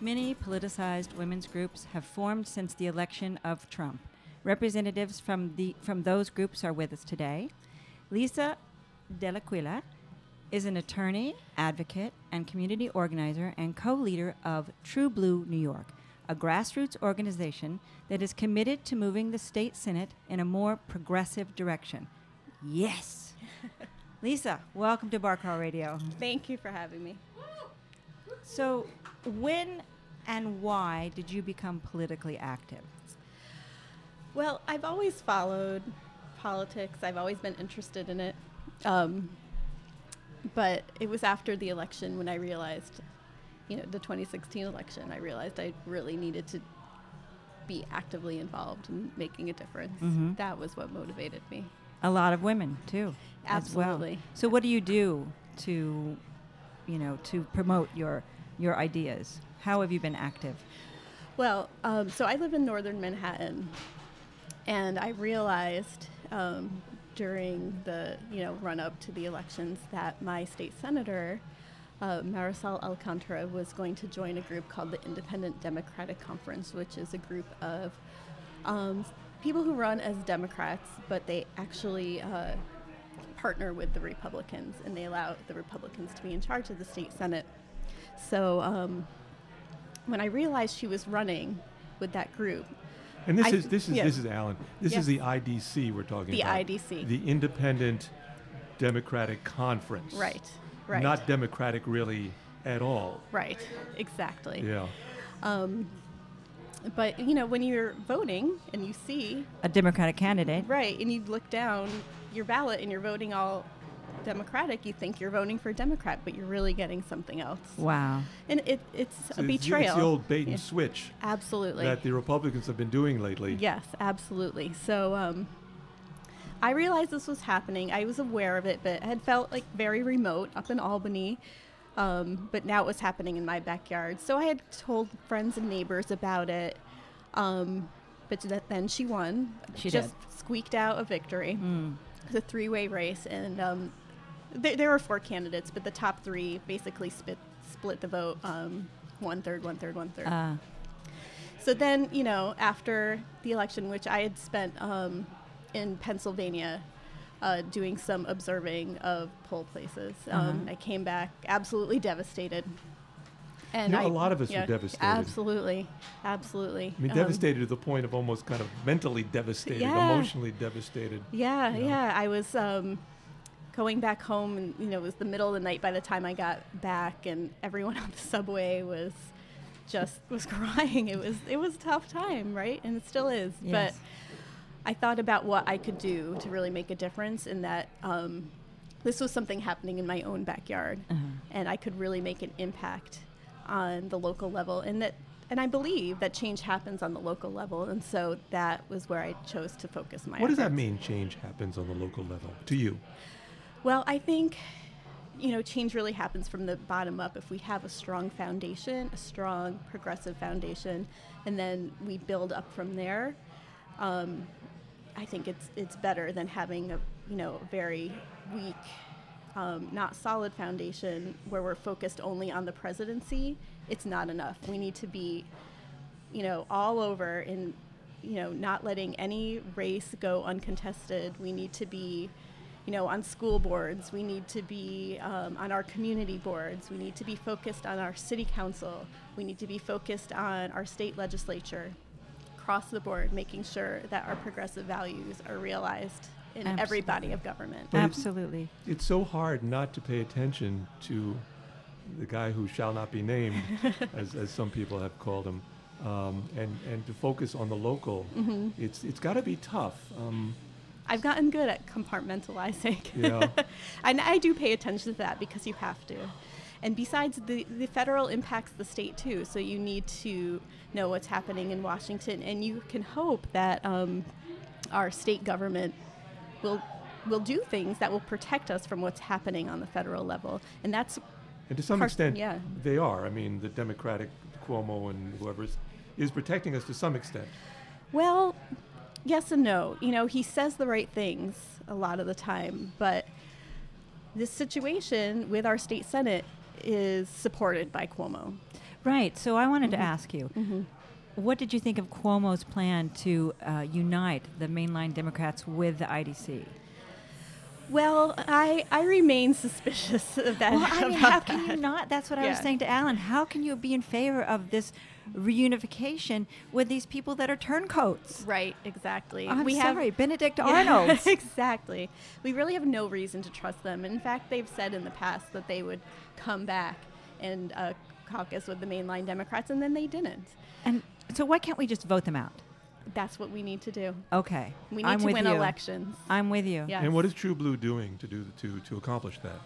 Speaker 2: Many politicized women's groups have formed since the election of Trump. Representatives from, the, from those groups are with us today. Lisa Delaquila is an attorney, advocate, and community organizer and co leader of True Blue New York, a grassroots organization that is committed to moving the state Senate in a more progressive direction. Yes! Lisa, welcome to Bar Crawl Radio.
Speaker 17: Thank you for having me.
Speaker 2: So, when and why did you become politically active?
Speaker 17: Well, I've always followed politics. I've always been interested in it. Um, but it was after the election when I realized, you know, the 2016 election, I realized I really needed to be actively involved in making a difference.
Speaker 2: Mhm.
Speaker 17: That was what motivated me.
Speaker 2: A lot of women too, as
Speaker 17: Absolutely.
Speaker 2: well. So, what do you do to, you know, to promote your your ideas? How have you been active?
Speaker 17: Well, um, so I live in northern Manhattan, and I realized um, during the you know run up to the elections that my state senator, uh, Marisol Alcantara, was going to join a group called the Independent Democratic Conference, which is a group of um, people who run as Democrats, but they actually uh, partner with the Republicans and they allow the Republicans to be in charge of the state Senate. So um, when I realized she was running with that group,
Speaker 1: And this
Speaker 17: I-
Speaker 1: is this is
Speaker 17: yeah.
Speaker 1: this is Alan. This is
Speaker 17: Yeah.
Speaker 1: the IDC we're talking
Speaker 17: The
Speaker 1: about.
Speaker 17: IDC.
Speaker 1: The Independent Democratic Conference.
Speaker 17: Right, right.
Speaker 1: Not democratic really at all.
Speaker 17: Right, exactly.
Speaker 1: Yeah.
Speaker 17: Um, but you know, when you're voting and you see
Speaker 2: A Democratic candidate.
Speaker 17: right, and you look down your ballot and you're voting all Democratic, you think you're voting for Democrat, but you're really getting something else.
Speaker 2: Wow.
Speaker 17: And it, it's
Speaker 1: It's-
Speaker 17: a
Speaker 1: it's the-
Speaker 17: betrayal.
Speaker 1: It's the old bait and
Speaker 17: Yeah.
Speaker 1: switch.
Speaker 17: Absolutely.
Speaker 1: That the Republicans have been doing lately.
Speaker 17: Yes, absolutely. So um, I realized this was happening. I was aware of it, but it had felt like very remote up in Albany. Um, but now it was happening in my backyard. So I had told friends and neighbors about it. Um, but that then she won.
Speaker 2: She
Speaker 17: just squeaked out a victory.
Speaker 2: Mm.
Speaker 17: It was a three-way race, and um, there, there were four candidates, but the top three basically split split the vote. Um, one third, one third, one third.
Speaker 2: Ah.
Speaker 17: So then, you know, after the election, which I had spent um, in Pennsylvania uh, doing some observing of poll places, um,
Speaker 1: Uh-huh.
Speaker 17: I came back absolutely devastated. And
Speaker 1: You know,
Speaker 17: I-
Speaker 1: a lot of us were
Speaker 17: yeah,
Speaker 1: devastated.
Speaker 17: Absolutely, absolutely.
Speaker 1: I mean,
Speaker 17: Um,
Speaker 1: devastated to the point of almost kind of mentally devastated,
Speaker 17: Yeah.
Speaker 1: emotionally devastated.
Speaker 17: Yeah,
Speaker 1: you know?
Speaker 17: yeah. I was um, going back home, and you know, it was the middle of the night by the time I got back, and everyone (laughs) on the subway was just was (laughs) crying. It was it was a tough time, right? And it still is.
Speaker 2: Yes.
Speaker 17: But I thought about what I could do to really make a difference, and that um, this was something happening in my own backyard,
Speaker 2: Uh-huh.
Speaker 17: and I could really make an impact on the local level, and that. And I believe that change happens on the local level, and so that was where I chose to focus my.
Speaker 1: What does that
Speaker 17: efforts.
Speaker 1: mean? Change happens on the local level to you.
Speaker 17: Well, I think, you know, change really happens from the bottom up. If we have a strong foundation, a strong progressive foundation, and then we build up from there, um, I think it's it's better than having a you know a very weak, um, not solid foundation where we're focused only on the presidency. It's not enough. We need to be, you know, all over in, you know, not letting any race go uncontested. We need to be, you know, on school boards. We need to be um, on our community boards. We need to be focused on our city council. We need to be focused on our state legislature across the board, making sure that our progressive values are realized in every body of government.
Speaker 1: But it- It's so hard not to pay attention to the guy who shall not be
Speaker 17: (laughs)
Speaker 1: named, as, as some people have called him, um, and, and to focus on the local.
Speaker 17: Mhm.
Speaker 1: It's, it's got to be tough. Um,
Speaker 17: I've gotten good at compartmentalizing.
Speaker 1: Yeah.
Speaker 17: (laughs) and I do pay attention to that because you have to. And besides, the, the federal impacts the state too, so you need to know what's happening in Washington, and you can hope that um, our state government will will do things that will protect us from what's happening on the federal level, and that's
Speaker 1: And to some
Speaker 17: part-
Speaker 1: extent,
Speaker 17: yeah.
Speaker 1: they are. I mean, the Democratic Cuomo and whoever is, is protecting us to some extent.
Speaker 17: Well, yes and no. You know, he says the right things a lot of the time, but this situation with our state senate is supported by Cuomo.
Speaker 2: Right. So I wanted
Speaker 17: Mhm.
Speaker 2: to ask you, what did you think of Cuomo's plan to uh, unite the mainline Democrats with the IDC?
Speaker 17: Well, I I remain (laughs) suspicious of that.
Speaker 2: Well, I mean,
Speaker 17: about
Speaker 2: how can you
Speaker 17: that.
Speaker 2: not? That's what I was
Speaker 17: Yeah.
Speaker 2: saying to Alan. How can you be in favor of this reunification with these people that are turncoats?
Speaker 17: Right, exactly.
Speaker 2: I'm
Speaker 17: we
Speaker 2: sorry,
Speaker 17: have, (laughs)
Speaker 2: Benedict
Speaker 17: Yeah,
Speaker 2: Arnold.
Speaker 17: exactly. We really have no reason to trust them. In fact, they've said in the past that they would come back and uh, caucus with the mainline Democrats, and then they didn't.
Speaker 2: And so, why can't we just vote them out?
Speaker 17: That's what we need to do.
Speaker 2: Okay.
Speaker 17: We need
Speaker 2: I'm
Speaker 17: to
Speaker 2: with
Speaker 17: win
Speaker 2: you.
Speaker 17: elections.
Speaker 2: I'm with you.
Speaker 17: Yes.
Speaker 1: And what is True Blue doing to do to to accomplish that?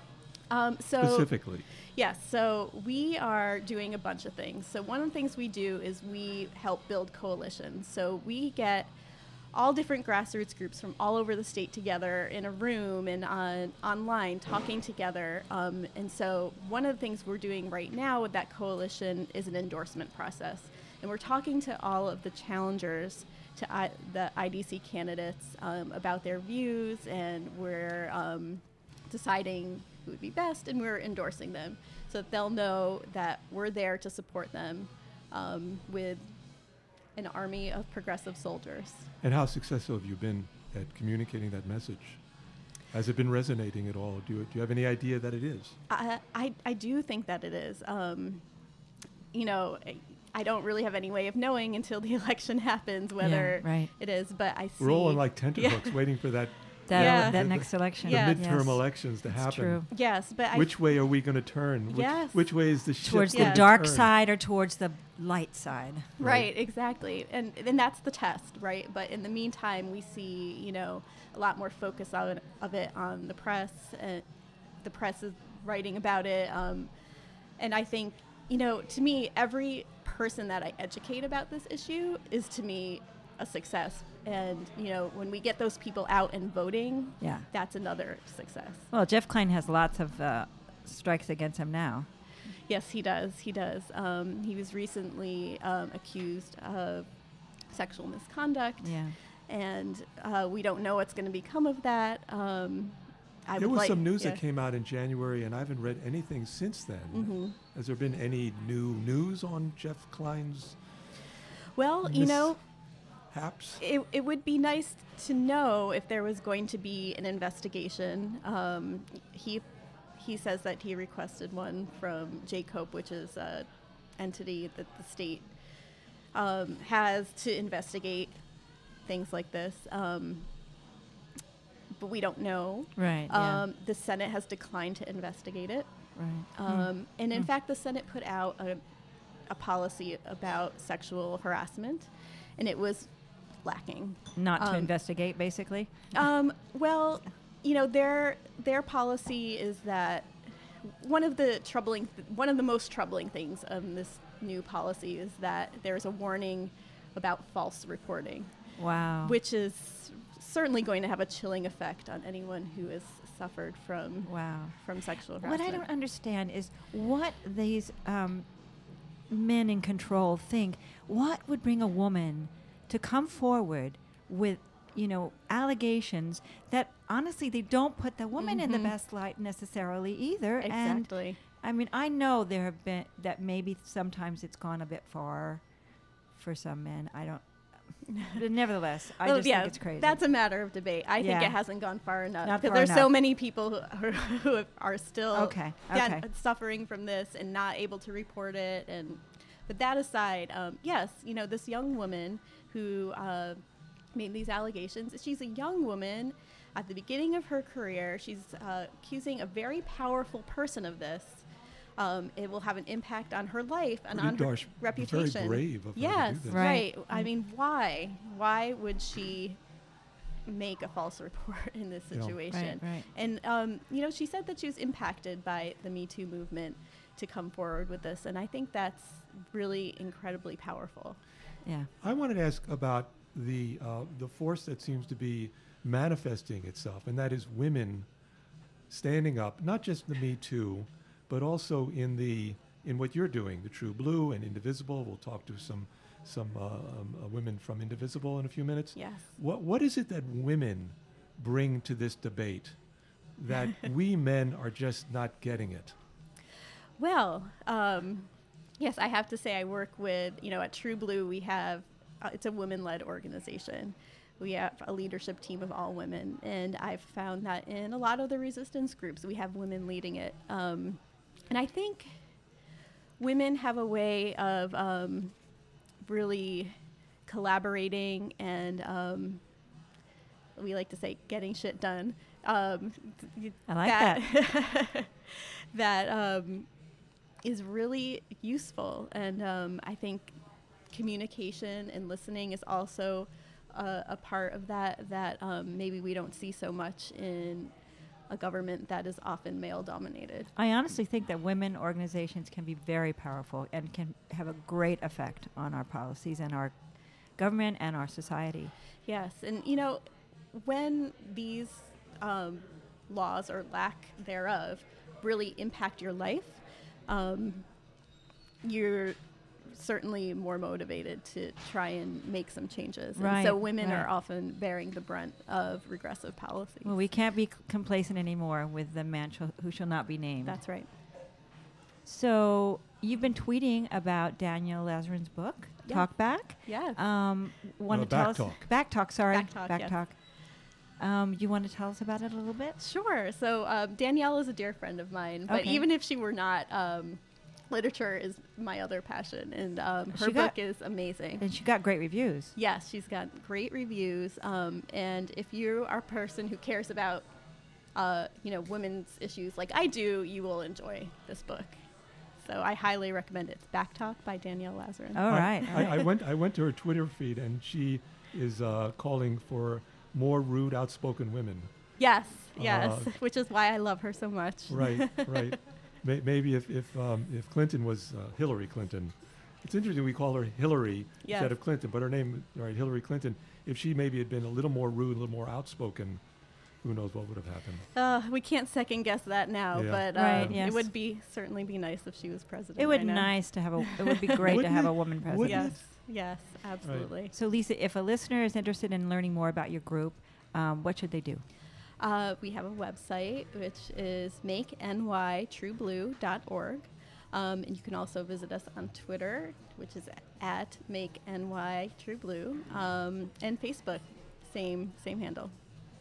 Speaker 17: Um, so
Speaker 1: Specifically.
Speaker 17: yes. So we are doing a bunch of things. So one of the things we do is we help build coalitions. So we get all different grassroots groups from all over the state together in a room and on online talking together. Um, and so one of the things we're doing right now with that coalition is an endorsement process, and we're talking to all of the challengers. To I, the IDC candidates um, about their views, and we're um, deciding who would be best, and we're endorsing them so that they'll know that we're there to support them um, with an army of progressive soldiers.
Speaker 1: And how successful have you been at communicating that message? Has it been resonating at all? Do you, do you have any idea that it is?
Speaker 17: I, I, I do think that it is. Um, you know, I- I don't really have any way of knowing until the (laughs) election happens whether
Speaker 2: right.
Speaker 17: it is, but I see.
Speaker 1: We're all in like
Speaker 17: (laughs) Yeah.
Speaker 1: tenterhooks waiting for that.
Speaker 2: That-
Speaker 17: Yeah.
Speaker 2: that next election.
Speaker 1: The
Speaker 2: Yeah.
Speaker 1: midterm
Speaker 2: Yes.
Speaker 1: elections to
Speaker 2: It's
Speaker 1: happen.
Speaker 2: true.
Speaker 17: Yes, but I-
Speaker 1: which way are we going to turn? Which,
Speaker 17: Yes.
Speaker 1: Which way is the ship
Speaker 2: Towards the
Speaker 1: gonna
Speaker 2: dark
Speaker 1: turn?
Speaker 2: side or towards the light side?
Speaker 17: Right, exactly. And and that's the test, right? But in the meantime, we see, you know, a lot more focus on, of it on the press. And the press is writing about it. Um, and I think, you know, to me, every person that I educate about this issue is to me a success. And, you know, when we get those people out and voting,
Speaker 2: Yeah.
Speaker 17: that's another success.
Speaker 2: Well, Jeff Klein has lots of uh, strikes against him now.
Speaker 17: Yes, he does. He does. Um, he was recently um, accused of sexual misconduct.
Speaker 2: Yeah.
Speaker 17: And uh, we don't know what's going to become of that. Um, I
Speaker 1: there
Speaker 17: would
Speaker 1: was
Speaker 17: like-
Speaker 1: some news
Speaker 17: yeah.
Speaker 1: that came out in January, and I haven't read anything since then.
Speaker 17: Mhm.
Speaker 1: Has there been any new news on Jeff Klein's
Speaker 17: Well, you
Speaker 1: Miss-
Speaker 17: know,
Speaker 1: haps?
Speaker 17: it, it would be nice to know if there was going to be an investigation. Um, he he says that he requested one from JCOPE, which is an entity that the state um, has to investigate things like this. Um, but we don't know.
Speaker 2: Right, yeah.
Speaker 17: Um, The Senate has declined to investigate it.
Speaker 2: Right. Hmm.
Speaker 17: Um, And in
Speaker 2: Hmm.
Speaker 17: fact, the Senate put out a, a policy about sexual harassment, and it was lacking.
Speaker 2: Not to
Speaker 17: Um,
Speaker 2: investigate, basically.
Speaker 17: um, well, you know their their policy is that one of the troubling th- one of the most troubling things of this new policy is that there is a warning about false reporting.
Speaker 2: Wow.
Speaker 17: Which is certainly going to have a chilling effect on anyone who has suffered from
Speaker 2: wow
Speaker 17: from sexual
Speaker 2: What
Speaker 17: harassment.
Speaker 2: I don't understand is what these um, men in control think. What would bring a woman to come forward with, you know, allegations that honestly they don't put the woman in the
Speaker 17: Mhm.
Speaker 2: best light necessarily either. And,
Speaker 17: Exactly.
Speaker 2: I mean, I know there have been that maybe sometimes it's gone a bit far for some men. I
Speaker 17: (laughs)
Speaker 2: don't. But nevertheless, I
Speaker 17: Well,
Speaker 2: just
Speaker 17: yeah,
Speaker 2: think it's crazy.
Speaker 17: That's a matter of debate. I think
Speaker 2: Yeah.
Speaker 17: it hasn't gone far enough
Speaker 2: Not
Speaker 17: because
Speaker 2: far
Speaker 17: there's so
Speaker 2: enough.
Speaker 17: many people who are, (laughs) who are still
Speaker 2: Okay,
Speaker 17: yeah,
Speaker 2: okay.
Speaker 17: suffering from this and not able to report it. And but that aside, um, yes, you know this young woman who uh, made these allegations. She's a young woman at the beginning of her career. She's uh, accusing a very powerful person of this. um, it will have an impact on her life and
Speaker 1: Pretty
Speaker 17: on her
Speaker 1: darsh- very
Speaker 17: reputation.
Speaker 1: brave of her to do
Speaker 17: yes,
Speaker 1: this.
Speaker 17: right.
Speaker 1: Right.
Speaker 2: Mm-hmm.
Speaker 17: I mean, why? Why would she make a false report in this
Speaker 1: You know. Right,
Speaker 17: situation?
Speaker 2: right.
Speaker 17: And um, you know, she said that she was impacted by the Me Too movement to come forward with this, and I think that's really incredibly powerful.
Speaker 2: Yeah.
Speaker 1: I wanted to ask about the uh, the force that seems to be manifesting itself, and that is women standing up, not just the Me Too, but also in the in what you're doing, the True Blue and Indivisible. We'll talk to some some uh, um, uh, women from Indivisible in a few minutes.
Speaker 17: Yes.
Speaker 1: What what is it that women bring to this debate that we men are just not getting it?
Speaker 17: Well, um, yes, I have to say I work with, you know, at True Blue, we have, uh, it's a women led organization. We have a leadership team of all women. And I've found that in a lot of the resistance groups, we have women leading it. Um, and I think women have a way of um, really collaborating and um, we like to say getting shit done. Um, th-
Speaker 2: I like
Speaker 17: (laughs) that. (laughs) that um, is really useful, and um, I think communication and listening is also a, a part of that that um, maybe we don't see so much in a government that is often male dominated.
Speaker 2: I honestly think that women organizations can be very powerful and can have a great effect on our policies and our government and our society.
Speaker 17: Yes, and you know, when these um, laws or lack thereof really impact your life, um, you're certainly more motivated to try and make some changes. And
Speaker 2: Right,
Speaker 17: so women
Speaker 2: right.
Speaker 17: are often bearing the brunt of regressive policy.
Speaker 2: Well, we can't be c- complacent anymore with the man shall, who shall not be named.
Speaker 17: That's right.
Speaker 2: So you've been tweeting about Daniel Lazarin's book,
Speaker 17: Yeah.
Speaker 2: Talk Back.
Speaker 17: Yes.
Speaker 2: Um, want
Speaker 1: No,
Speaker 2: to tell
Speaker 1: Back
Speaker 2: us
Speaker 1: Talk.
Speaker 2: Back Talk? Sorry,
Speaker 17: Back Talk, yes.
Speaker 2: Talk. Um, you want to tell us about it a little bit?
Speaker 17: Sure. So um, Danielle is a dear friend of mine, but
Speaker 2: Okay.
Speaker 17: even if she were not, um, literature is my other passion, and um, her
Speaker 2: She
Speaker 17: book
Speaker 2: got-
Speaker 17: is amazing.
Speaker 2: And she got great reviews.
Speaker 17: Yes, she's got great reviews. Um, and if you are a person who cares about, uh, you know, women's issues like I do, you will enjoy this book. So I highly recommend it. It's Back Talk by Danielle Lazarin.
Speaker 2: All
Speaker 1: I-
Speaker 2: right, all
Speaker 1: I, I
Speaker 2: right.
Speaker 1: went. I went to her Twitter feed, and she is uh, calling for more rude, outspoken women.
Speaker 17: (laughs) Yes, yes,
Speaker 1: Uh,
Speaker 17: which is why I love her so much. (laughs)
Speaker 1: Right. Right. May, maybe if if, um, if Clinton was uh, Hillary Clinton, it's interesting we call her Hillary
Speaker 17: Yes.
Speaker 1: instead of Clinton, but her name, right, Hillary Clinton. If she maybe had been a little more rude, a little more outspoken, who knows what would have happened?
Speaker 17: uh, we can't second guess that now,
Speaker 1: Yeah.
Speaker 17: but uh,
Speaker 2: Right,
Speaker 17: it
Speaker 2: yes.
Speaker 17: would be certainly be nice if she was president.
Speaker 2: It would
Speaker 17: right now.
Speaker 2: nice to have a. It
Speaker 17: (laughs)
Speaker 2: would be great to
Speaker 17: Wouldn't
Speaker 2: have
Speaker 17: it?
Speaker 2: a woman president.
Speaker 17: Wouldn't Yes, yes, absolutely.
Speaker 2: So, Lisa, if a listener is interested in learning more about your group, um, what should they do?
Speaker 17: Uh, we have a website, which is makenytrueblue.org. Um, and you can also visit us on Twitter, which is at makenytrueblue, um, and Facebook, same same handle.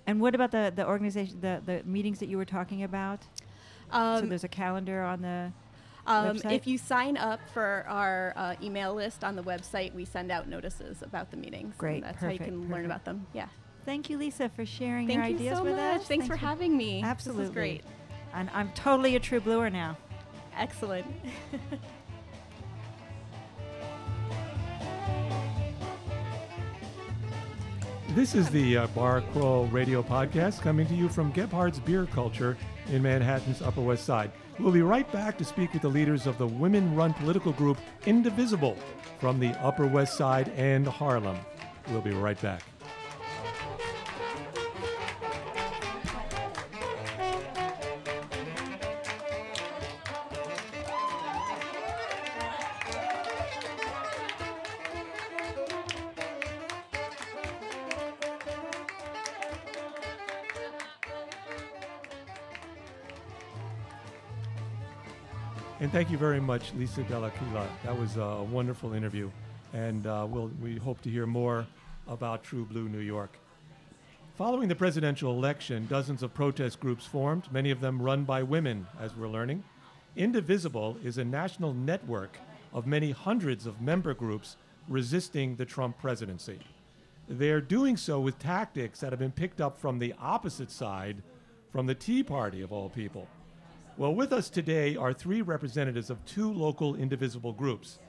Speaker 2: And what about the, the organization, the, the meetings that you were talking about? so
Speaker 17: Um,
Speaker 2: there's a calendar on the
Speaker 17: Um,
Speaker 2: website?
Speaker 17: if you sign up for our uh, email list on the website, we send out notices about the meetings. and
Speaker 2: Great,
Speaker 17: that's how you
Speaker 2: perfect,
Speaker 17: can learn
Speaker 2: perfect.
Speaker 17: about them. Yeah.
Speaker 2: Thank you, Lisa, for sharing
Speaker 17: Thank
Speaker 2: your
Speaker 17: you
Speaker 2: ideas
Speaker 17: so
Speaker 2: with
Speaker 17: much.
Speaker 2: us.
Speaker 17: Thanks for having me. This is
Speaker 2: Absolutely.
Speaker 17: great.
Speaker 2: And I'm totally a true bluer now.
Speaker 17: Excellent.
Speaker 1: This is the uh, Bar Crawl Radio Podcast coming to you from Gebhard's Beer Culture in Manhattan's Upper West Side. We'll be right back to speak with the leaders of the women run political group Indivisible from the Upper West Side and Harlem. We'll be right back. And thank you very much, Lisa Dell'Aquila. That was a wonderful interview. And uh, we'll, we hope to hear more about True Blue New York. Following the presidential election, dozens of protest groups formed, many of them run by women, as we're learning. Indivisible is a national network of many hundreds of member groups resisting the Trump presidency. They're doing so with tactics that have been picked up from the opposite side, from the Tea Party of all people. Well, with us today are three representatives of two local indivisible groups.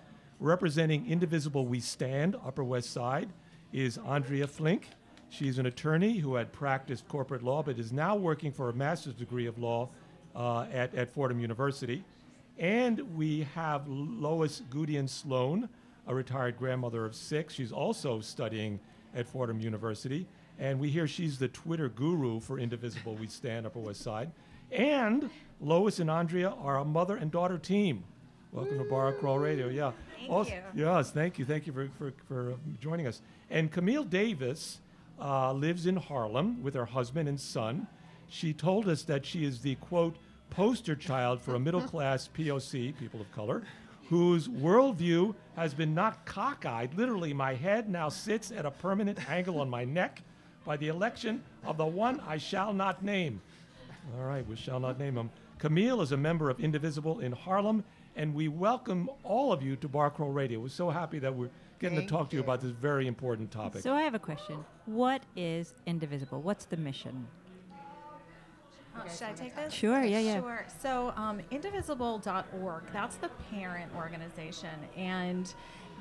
Speaker 1: Representing Indivisible We Stand, Upper West Side, is Andrea Flink. She's an attorney who had practiced corporate law but is now working for a master's degree of law uh, at, at Fordham University. And we have Lois Gudian Sloan, a retired grandmother of six. She's also studying at Fordham University. And we hear she's the Twitter guru for Indivisible We Stand Upper West Side. And Lois and Andrea are a mother and daughter team. Welcome to Bar Crawl Radio. Yeah.
Speaker 6: Thank you.
Speaker 1: Yes, thank you. Thank you for, for, for uh, joining us. And Camille Davis uh, lives in Harlem with her husband and son. She told us that she is the quote, poster child for a middle class POC, people of color, whose worldview has been not cockeyed. Literally, my head now sits at a permanent angle on my neck by the election of the one I shall not name. All right, we shall not name him. Camille is a member of Indivisible in Harlem, and we welcome all of you to Bar Crawl Radio. We're so happy that we're getting
Speaker 2: Thank
Speaker 1: to talk to you about this very important topic.
Speaker 2: So I have a question. What is indivisible? What's the mission?
Speaker 18: Uh, should I take this?
Speaker 2: Sure, yeah, yeah.
Speaker 18: Sure. So, um, indivisible.org, that's the parent organization. And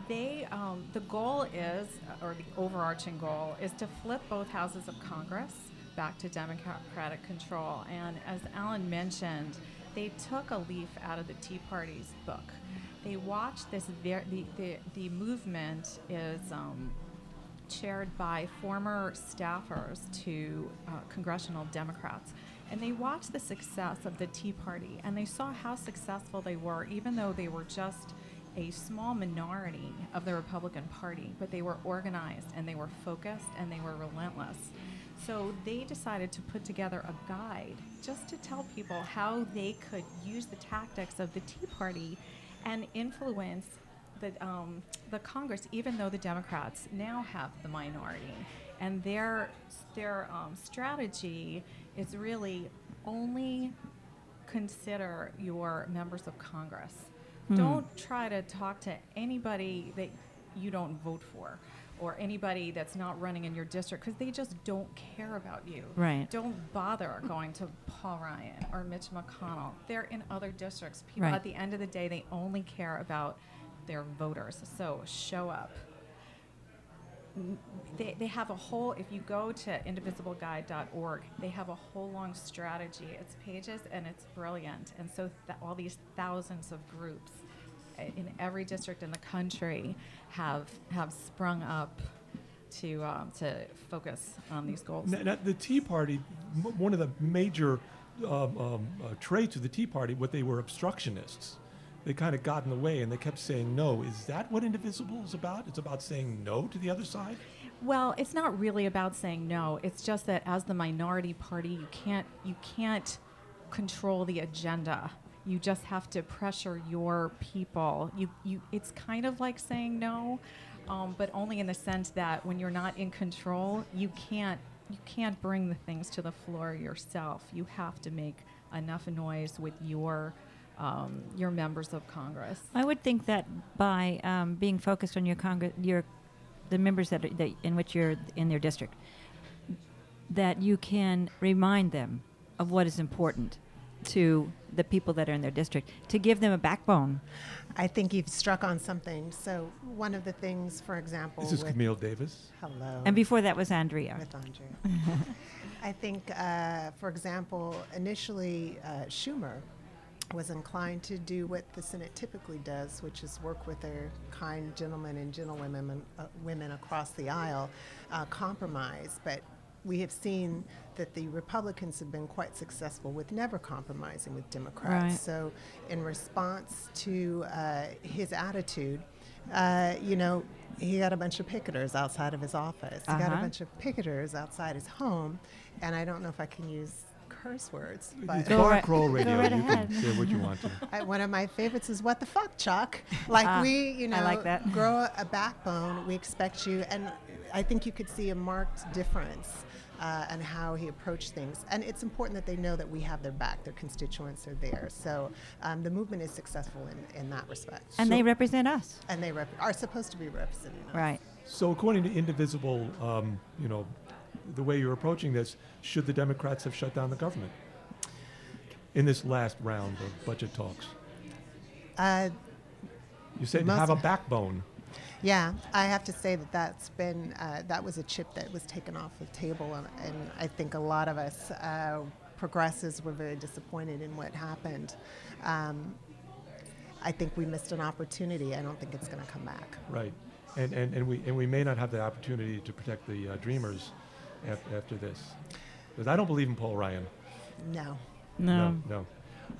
Speaker 18: they, um, the goal is, uh, or the overarching goal, is to flip both houses of Congress back to Democratic control. And as Alan mentioned, they took a leaf out of the Tea Party's book. They watched this, ver- the, the, the movement is. Um, chaired by former staffers to uh, congressional Democrats. And they watched the success of the Tea Party and they saw how successful they were, even though they were just a small minority of the Republican Party, but they were organized and they were focused and they were relentless. So they decided to put together a guide just to tell people how they could use the tactics of the Tea Party and influence the, um, the Congress, even though the Democrats now have the minority, and their their um, strategy is really only consider your members of Congress.
Speaker 19: Hmm.
Speaker 18: Don't try to talk to anybody that you don't vote for, or anybody that's not running in your district, because they just don't care about you.
Speaker 2: Right.
Speaker 18: Don't bother going to Paul Ryan or Mitch McConnell. They're in other districts. People
Speaker 2: Right.
Speaker 18: at the end of the day, they only care about their voters. So show up. N- They, they have a whole, if you go to indivisibleguide.org, they have a whole long strategy. It's pages and it's brilliant. And so th- all these thousands of groups uh, in every district in the country have, have sprung up to, um, to focus on these goals.
Speaker 1: Now, now, the Tea Party, m- one of the major um, um, uh, traits of the Tea Party, what they were obstructionists. They kind of got in the way and they kept saying no. Is that what Indivisible is about? It's about saying no to the other side?
Speaker 18: Well, it's not really about saying no. It's just that as the minority party, you can't you can't control the agenda. You just have to pressure your people. You you it's kind of like saying no, um, but only in the sense that when you're not in control, you can't you can't bring the things to the floor yourself. You have to make enough noise with your um, your members of Congress.
Speaker 2: I would think that by um, being focused on your Congress, your the members that, are, that in which you're in their district, that you can remind them of what is important to the people that are in their district to give them a backbone.
Speaker 20: I think you've struck on something. So one of the things, for example,
Speaker 1: This is
Speaker 20: with-
Speaker 1: Camille Davis.
Speaker 20: Hello.
Speaker 2: And before that was Andrea.
Speaker 20: With Andrea. I think, uh, for example, initially uh, Schumer was inclined to do what the Senate typically does, which is work with their kind gentlemen and gentlewomen uh, women across the aisle, uh, compromise. But we have seen that the Republicans have been quite successful with never compromising with Democrats.
Speaker 21: Right.
Speaker 20: So, in response to uh, his attitude, uh, you know, he got a bunch of picketers outside of his office. He got a
Speaker 21: Uh-huh.
Speaker 20: bunch of picketers outside his home, and I don't know if I can use curse words. But
Speaker 1: It's Go Bar right- Crawl go Radio. right You can ahead. say what you want to.
Speaker 20: (laughs) I, one of my favorites is "What the fuck, Chuck?" Like
Speaker 2: Ah,
Speaker 20: we, you know,
Speaker 2: I like that.
Speaker 20: grow a backbone. We expect you, and I think you could see a marked difference uh, in how he approached things. And it's important that they know that we have their back. Their constituents are there. So um, the movement is successful in, in that respect.
Speaker 2: And they represent us.
Speaker 20: and they rep- are supposed to be representing us.
Speaker 2: Right.
Speaker 1: So, according to Indivisible, um, you know, the way you're approaching this, should the Democrats have shut down the government? in this last round of budget talks?
Speaker 20: Uh,
Speaker 1: You said
Speaker 20: Must-
Speaker 1: have a backbone.
Speaker 20: Yeah, I have to say that that's been uh, that was a chip that was taken off the table, and, and I think a lot of us uh, progressives were very disappointed in what happened. Um, I think we missed an opportunity. I don't think it's going to come back.
Speaker 1: Right. And, and, and, we, and we may not have the opportunity to protect the uh, dreamers af- after this. Because I don't believe in Paul Ryan.
Speaker 20: No.
Speaker 1: No. no.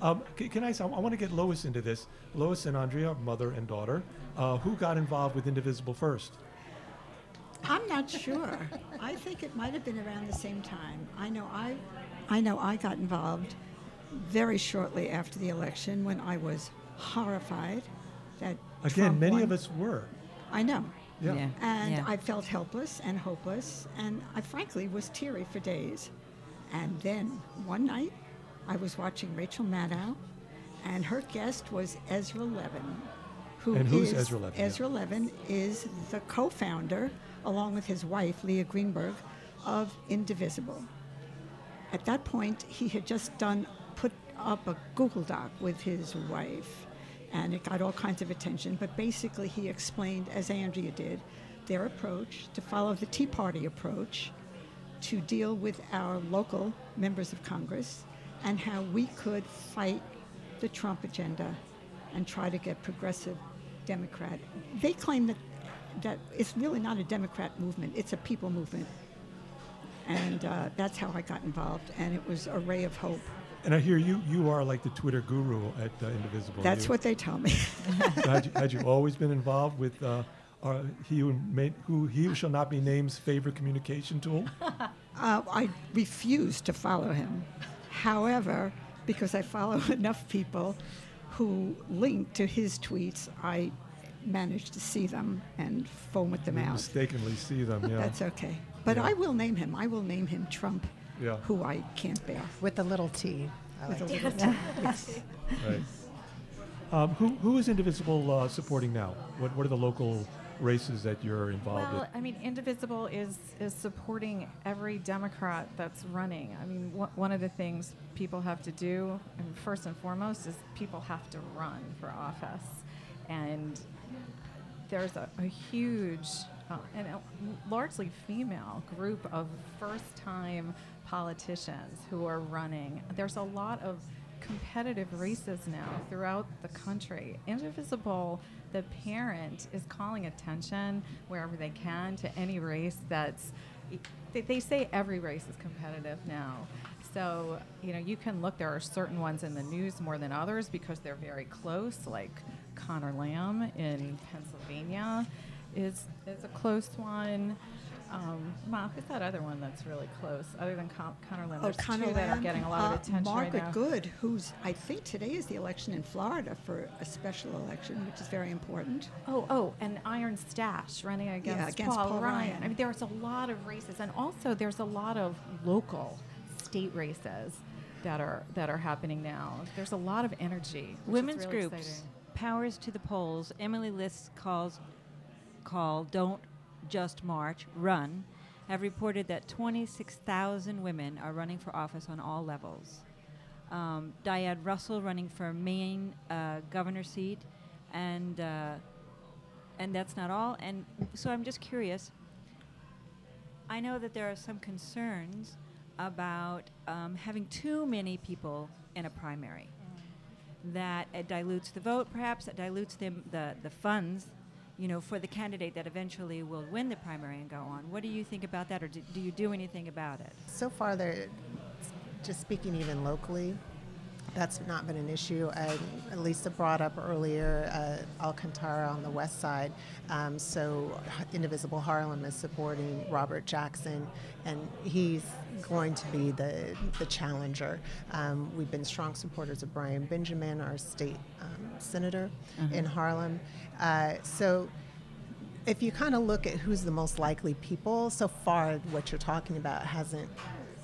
Speaker 1: Um, c- can I s- I want to get Lois into this. Lois and Andrea, mother and daughter. Uh, who got involved with Indivisible first?
Speaker 19: I'm not sure. I think it might have been around the same time. I know I, I know I got involved very shortly after the election when I was horrified that
Speaker 1: Again,
Speaker 19: Trump
Speaker 1: many
Speaker 19: won.
Speaker 1: of us were.
Speaker 19: I know.
Speaker 1: Yeah. Yeah,
Speaker 19: And
Speaker 1: yeah.
Speaker 19: I felt helpless and hopeless, and I frankly was teary for days. And then one night, I was watching Rachel Maddow, and her guest was Ezra Levin. who is
Speaker 1: And who's Ezra Levin? Yeah.
Speaker 19: Ezra Levin is the co founder, along with his wife, Leah Greenberg, of Indivisible. At that point, he had just done put up a Google Doc with his wife, and it got all kinds of attention. But basically, he explained, as Andrea did, their approach to follow the Tea Party approach to deal with our local members of Congress and how we could fight the Trump agenda and try to get progressive Democrat. They claim that that it's really not a Democrat movement; it's a people movement and uh, that's how I got involved. And it was a ray of hope.
Speaker 1: And I hear you, you are like the Twitter guru at uh, Indivisible.
Speaker 19: That's
Speaker 1: You-
Speaker 19: what they tell me.
Speaker 1: So (laughs) had, you, had you always been involved with uh, our, he, who made, who, he who shall not be named's favorite communication
Speaker 19: (laughs)
Speaker 1: tool?
Speaker 19: Uh, I refuse to follow him. However, because I follow (laughs) enough people who link to his tweets, I managed to see them and forward them
Speaker 1: We
Speaker 19: out.
Speaker 1: mistakenly see them, yeah.
Speaker 19: That's okay. But
Speaker 1: Yeah.
Speaker 19: I will name him. I will name him Trump,
Speaker 1: Yeah.
Speaker 19: who I can't bear.
Speaker 20: With a little T. I
Speaker 19: With
Speaker 20: like
Speaker 19: a
Speaker 20: it.
Speaker 19: little (laughs) T. yes.
Speaker 1: Right. Um, who, who is Indivisible uh, supporting now? What, what are the local races that you're involved
Speaker 18: Well,
Speaker 1: with?
Speaker 18: I mean, Indivisible is is supporting every Democrat that's running. I mean, wha- one of the things people have to do, and first and foremost, is people have to run for office, and there's a, a huge uh, and a largely female group of first-time politicians who are running. There's a lot of competitive races now throughout the country. Indivisible, the parent is calling attention wherever they can to any race that's. They, they say every race is competitive now. So, you know, you can look, there are certain ones in the news more than others because they're very close, like Connor Lamb in Pennsylvania is, is a close one. Um, Ma, who's that other one that's really close, other than Con- Connor Lamb?
Speaker 19: Oh,
Speaker 18: There's
Speaker 19: Connor
Speaker 18: two that are
Speaker 19: Lamb,
Speaker 18: getting a lot
Speaker 19: uh,
Speaker 18: of attention right
Speaker 19: Margaret
Speaker 18: now.
Speaker 19: Good, who's I think today is the election in Florida for a special election, which is very important.
Speaker 18: Oh, oh, and Iron Stash running against,
Speaker 19: against
Speaker 18: Paul,
Speaker 19: Paul
Speaker 18: Ryan.
Speaker 19: Ryan.
Speaker 18: I mean, there's a lot of races, and also there's a lot of local state races that are that are happening now. There's a lot of energy. which is
Speaker 2: Women's
Speaker 18: really
Speaker 2: groups,
Speaker 18: exciting.
Speaker 2: powers to the polls. Emily List's calls call don't just march, run. Have reported that 26,000 women are running for office on all levels. Um, Diane Russell running for Maine uh, governor seat, and uh, and that's not all. And so I'm just curious. I know that there are some concerns about um, having too many people in a primary. That it dilutes the vote, perhaps it dilutes them the, the funds, you know, for the candidate that eventually will win the primary and go on. What do you think about that, or do, do you do anything about it?
Speaker 20: So far, there, just speaking even locally, that's not been an issue. Um, Lisa brought up earlier uh, Alcantara on the west side. Um, so Indivisible Harlem is supporting Robert Jackson, and he's going to be the, the challenger. Um, we've been strong supporters of Brian Benjamin, our state um, senator in
Speaker 21: Mhm.
Speaker 20: Harlem. Uh, so if you kind of look at who's the most likely people so far what you're talking about hasn't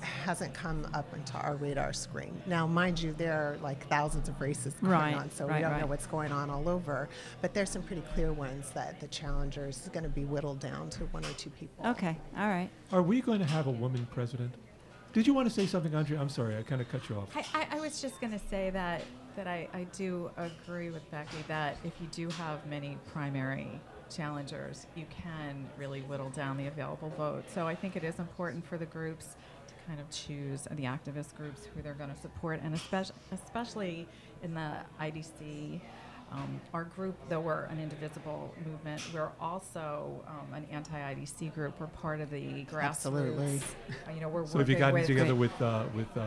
Speaker 20: hasn't come up into our radar screen now mind you there are like thousands of races going
Speaker 2: Right,
Speaker 20: on so we
Speaker 2: right,
Speaker 20: don't know
Speaker 2: right.
Speaker 20: what's going on all over but there's some pretty clear ones that the challengers is going to be whittled down to one or two people
Speaker 2: Okay, all right.
Speaker 1: Are we going to have a woman president? Did you want to say something, Andrea? I'm sorry, I kind of cut you off.
Speaker 18: I, I, I was just going to say that that I, I do agree with Becky that if you do have many primary challengers, you can really whittle down the available vote. So I think it is important for the groups to kind of choose uh, the activist groups who they're going to support, and especially especially in the IDC. Um, our group, though we're an indivisible movement, we're also um, an anti-IDC group. We're part of the grassroots.
Speaker 20: Absolutely.
Speaker 18: Uh, you know, we're
Speaker 1: So have you
Speaker 18: working
Speaker 1: gotten
Speaker 18: with
Speaker 1: together
Speaker 18: the-
Speaker 1: with uh, with uh,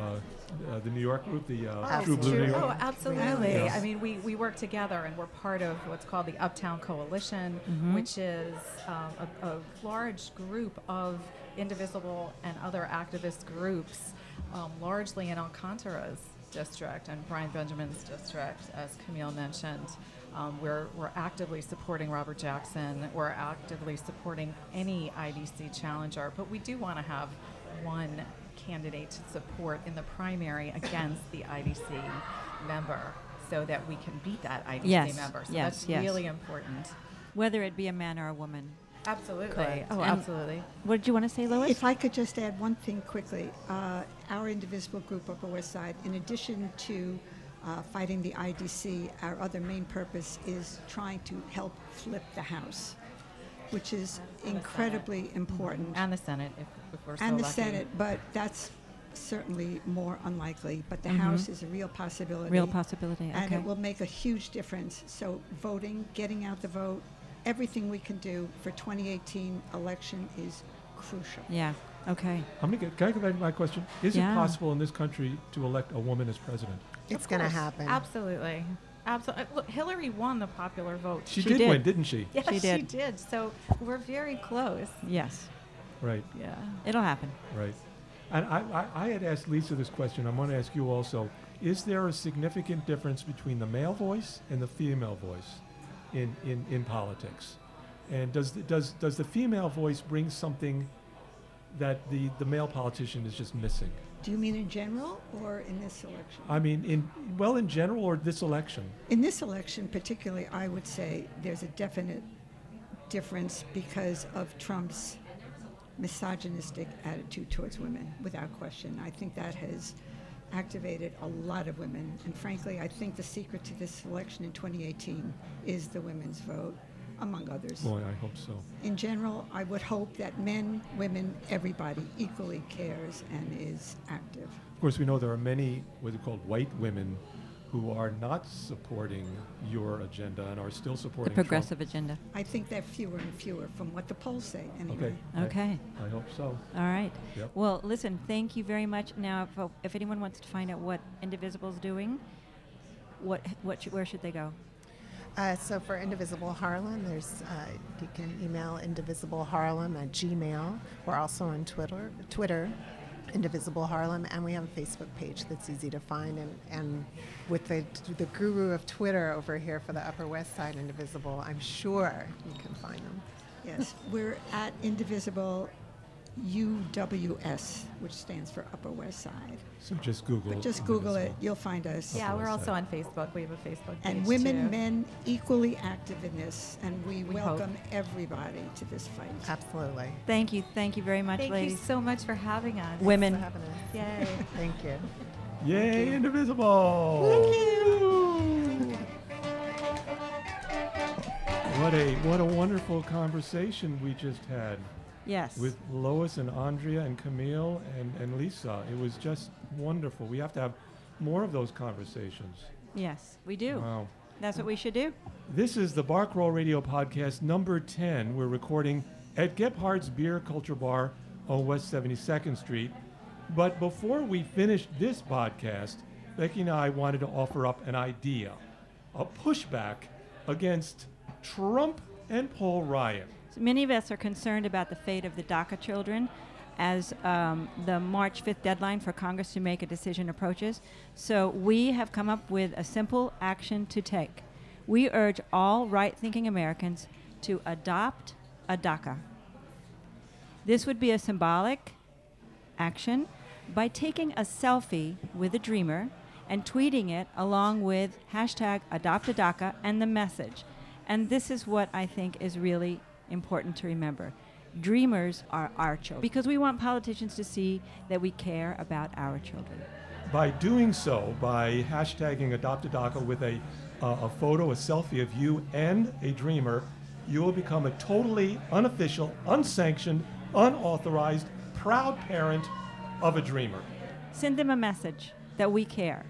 Speaker 1: uh, the New York group, the uh,
Speaker 18: Oh,
Speaker 1: True Blue New York?
Speaker 18: Oh, absolutely.
Speaker 1: Yeah.
Speaker 18: I mean, we, we work together and we're part of what's called the Uptown Coalition,
Speaker 2: Mhm.
Speaker 18: which is um, a, a large group of indivisible and other activist groups, um, largely in Alcantara's district and Brian Benjamin's district, as Camille mentioned. Um, we're, we're actively supporting Robert Jackson. We're actively supporting any IDC challenger, but we do want to have one candidate to support in the primary against the IDC member so that we can beat that IDC
Speaker 2: Yes,
Speaker 18: member. So
Speaker 2: yes,
Speaker 18: that's
Speaker 2: yes.
Speaker 18: really important.
Speaker 2: Whether it be a man or a woman.
Speaker 18: Absolutely.
Speaker 2: Correct.
Speaker 18: Oh,
Speaker 2: And
Speaker 18: absolutely.
Speaker 2: What did you want to say, Lois?
Speaker 19: If I could just add one thing quickly, uh, our indivisible group Upper West Side, in addition to uh, fighting the IDC, our other main purpose is trying to help flip the House, which is incredibly important.
Speaker 18: And the Senate, if, if we're so
Speaker 19: and the
Speaker 18: lucky.
Speaker 19: Senate, but that's certainly more unlikely. But the
Speaker 2: Mhm.
Speaker 19: House is a real possibility.
Speaker 2: Real possibility,
Speaker 19: And
Speaker 2: okay.
Speaker 19: it will make a huge difference. So voting, getting out the vote, everything we can do for 2018 election is crucial.
Speaker 2: Yeah. Okay.
Speaker 1: I'm gonna get, can I go back to my question? Is
Speaker 2: Yeah.
Speaker 1: it possible in this country to elect a woman as president?
Speaker 20: It's
Speaker 18: Of
Speaker 20: going to
Speaker 18: course.
Speaker 20: happen.
Speaker 18: Absolutely. Absolutely. Look, Hillary won the popular vote.
Speaker 1: She She did did. win, didn't she?
Speaker 18: Yes,
Speaker 2: She
Speaker 18: she
Speaker 2: did.
Speaker 18: did. So we're very close.
Speaker 2: Yes.
Speaker 1: Right.
Speaker 18: Yeah.
Speaker 2: It'll happen.
Speaker 1: Right. And I, I, I had asked Lisa this question. I'm going to ask you also. Is there a significant difference between the male voice and the female voice in, in, in politics? And does the, does, does the female voice bring something that the, the male politician is just missing?
Speaker 19: Do you mean in general or in this election?
Speaker 1: I mean, in well, in general, or this election?
Speaker 19: In this election, particularly, I would say there's a definite difference because of Trump's misogynistic attitude towards women, without question. I think that has activated a lot of women. And frankly, I think the secret to this election in 2018 is the women's vote, among others.
Speaker 1: Boy, I hope so.
Speaker 19: In general, I would hope that men, women, everybody equally cares and is active.
Speaker 1: Of course, we know there are many what are called white women who are not supporting your agenda and are still supporting Trump.
Speaker 2: progressive agenda.
Speaker 19: I think they're fewer and fewer from what the polls say, anyway.
Speaker 1: Okay.
Speaker 2: Okay.
Speaker 1: I, I hope so.
Speaker 2: All right.
Speaker 1: Yep.
Speaker 2: Well, listen, thank you very much. Now, if, if anyone wants to find out what Indivisible's doing, what, what should, where should they go?
Speaker 20: Uh, so for Indivisible Harlem, there's uh, you can email indivisibleharlem at gmail. We're also on Twitter, Twitter, Indivisible Harlem, and we have a Facebook page that's easy to find. And, and with the the guru of Twitter over here for the Upper West Side Indivisible, I'm sure you can find them.
Speaker 19: Yes, we're at Indivisible UWS, which stands for Upper West Side.
Speaker 1: So just Google.
Speaker 19: But just Google it, you'll find us.
Speaker 18: Yeah, we're also on Facebook. We have a Facebook page.
Speaker 19: And women,
Speaker 18: too.
Speaker 19: men, equally active in this, and we,
Speaker 18: We hope.
Speaker 19: welcome everybody to this fight.
Speaker 20: Absolutely.
Speaker 2: Thank you. Thank you very much,
Speaker 18: Thank
Speaker 2: ladies.
Speaker 18: you so much for having us.
Speaker 2: Women.
Speaker 18: Yay.
Speaker 20: Thank you.
Speaker 1: Yay, indivisible! What a what a wonderful conversation we just had.
Speaker 2: Yes.
Speaker 1: With Lois and Andrea and Camille and, and Lisa. It was just wonderful. We have to have more of those conversations.
Speaker 2: Yes, we do.
Speaker 1: Wow.
Speaker 2: That's what we should do.
Speaker 1: This is the Barkroll Radio Podcast number 10. We're recording at Gephardt's Beer Culture Bar on West 72nd Street. But before we finish this podcast, Becky and I wanted to offer up an idea a pushback against Trump and Paul Ryan.
Speaker 2: So many of us are concerned about the fate of the DACA children as um, the March 5th deadline for Congress to make a decision approaches. So we have come up with a simple action to take. We urge all right thinking Americans to adopt a DACA. This would be a symbolic action by taking a selfie with a dreamer and tweeting it along with hashtag adoptadaca and the message. And this is what I think is really important to remember. dreamers are our children because we want politicians to see that we care about our children.
Speaker 1: By doing so, by hashtagging Adopt a DACA with a, uh, a photo, a selfie of you and a dreamer, you will become a totally unofficial, unsanctioned, unauthorized, proud parent of a dreamer.
Speaker 2: Send them a message that we care.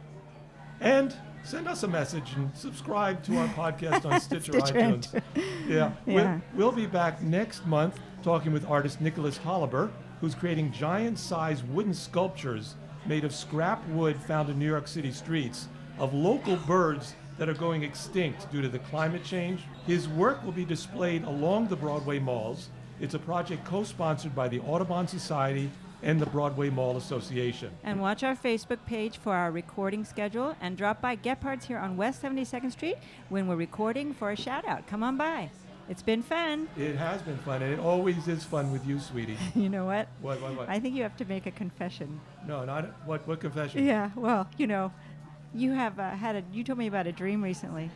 Speaker 1: And send us a message and subscribe to our podcast
Speaker 2: (laughs)
Speaker 1: on Stitcher,
Speaker 2: Stitcher
Speaker 1: iTunes.
Speaker 2: (laughs)
Speaker 1: Yeah.
Speaker 2: Yeah.
Speaker 1: We'll, we'll be back next month talking with artist Nicholas Holliber, who's creating giant sized wooden sculptures made of scrap wood found in New York City streets of local birds that are going extinct due to the climate change. His work will be displayed along the Broadway malls. It's a project co sponsored by the Audubon Society and the Broadway Mall Association.
Speaker 2: And watch our Facebook page for our recording schedule and drop by Gephardt's here on West 72nd Street when we're recording for a shout out. Come on by. It's been fun.
Speaker 1: It has been fun, and it always is fun with you, sweetie.
Speaker 2: (laughs) You know what?
Speaker 1: What, what, what?
Speaker 2: I think you have to make a confession.
Speaker 1: No, not what. What confession?
Speaker 2: Yeah, well, you know, you have uh, had a. You told me about a dream recently.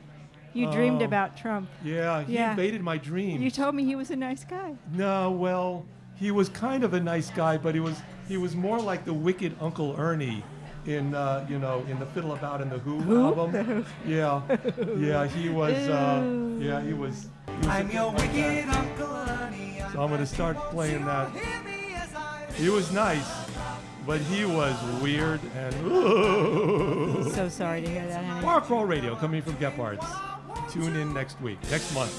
Speaker 2: You dreamed
Speaker 1: Oh.
Speaker 2: about Trump.
Speaker 1: Yeah, he
Speaker 2: Yeah.
Speaker 1: invaded my dreams.
Speaker 2: You told me he was a nice guy.
Speaker 1: no, well, he was kind of a nice guy, but he was he was more like the wicked Uncle Ernie in uh, you know in the Fiddle About and the Who,
Speaker 6: Who?
Speaker 1: album.
Speaker 6: The Who.
Speaker 2: (laughs)
Speaker 1: Yeah, yeah, he was. Uh,
Speaker 6: Ooh.
Speaker 1: yeah, he was. he was
Speaker 6: I'm
Speaker 1: a-
Speaker 6: your
Speaker 1: like
Speaker 6: wicked
Speaker 1: that.
Speaker 6: Uncle Ernie.
Speaker 1: So I'm gonna start playing that. He was nice, but he was weird (laughs) and.
Speaker 2: So sorry to hear that, honey.
Speaker 1: Park Roll Radio coming from Gephards. Tune in next week, next month.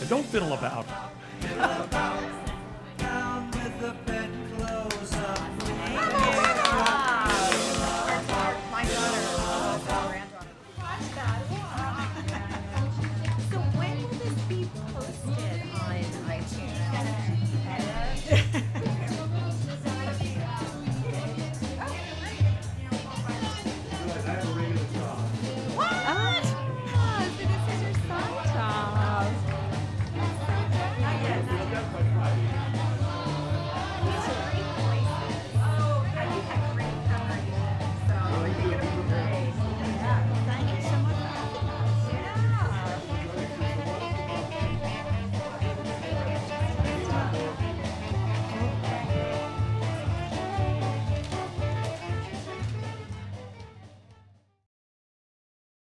Speaker 1: And don't fiddle about.
Speaker 6: Down with the bedclothes up.
Speaker 18: My daughter, granddaughter.
Speaker 6: So when will this be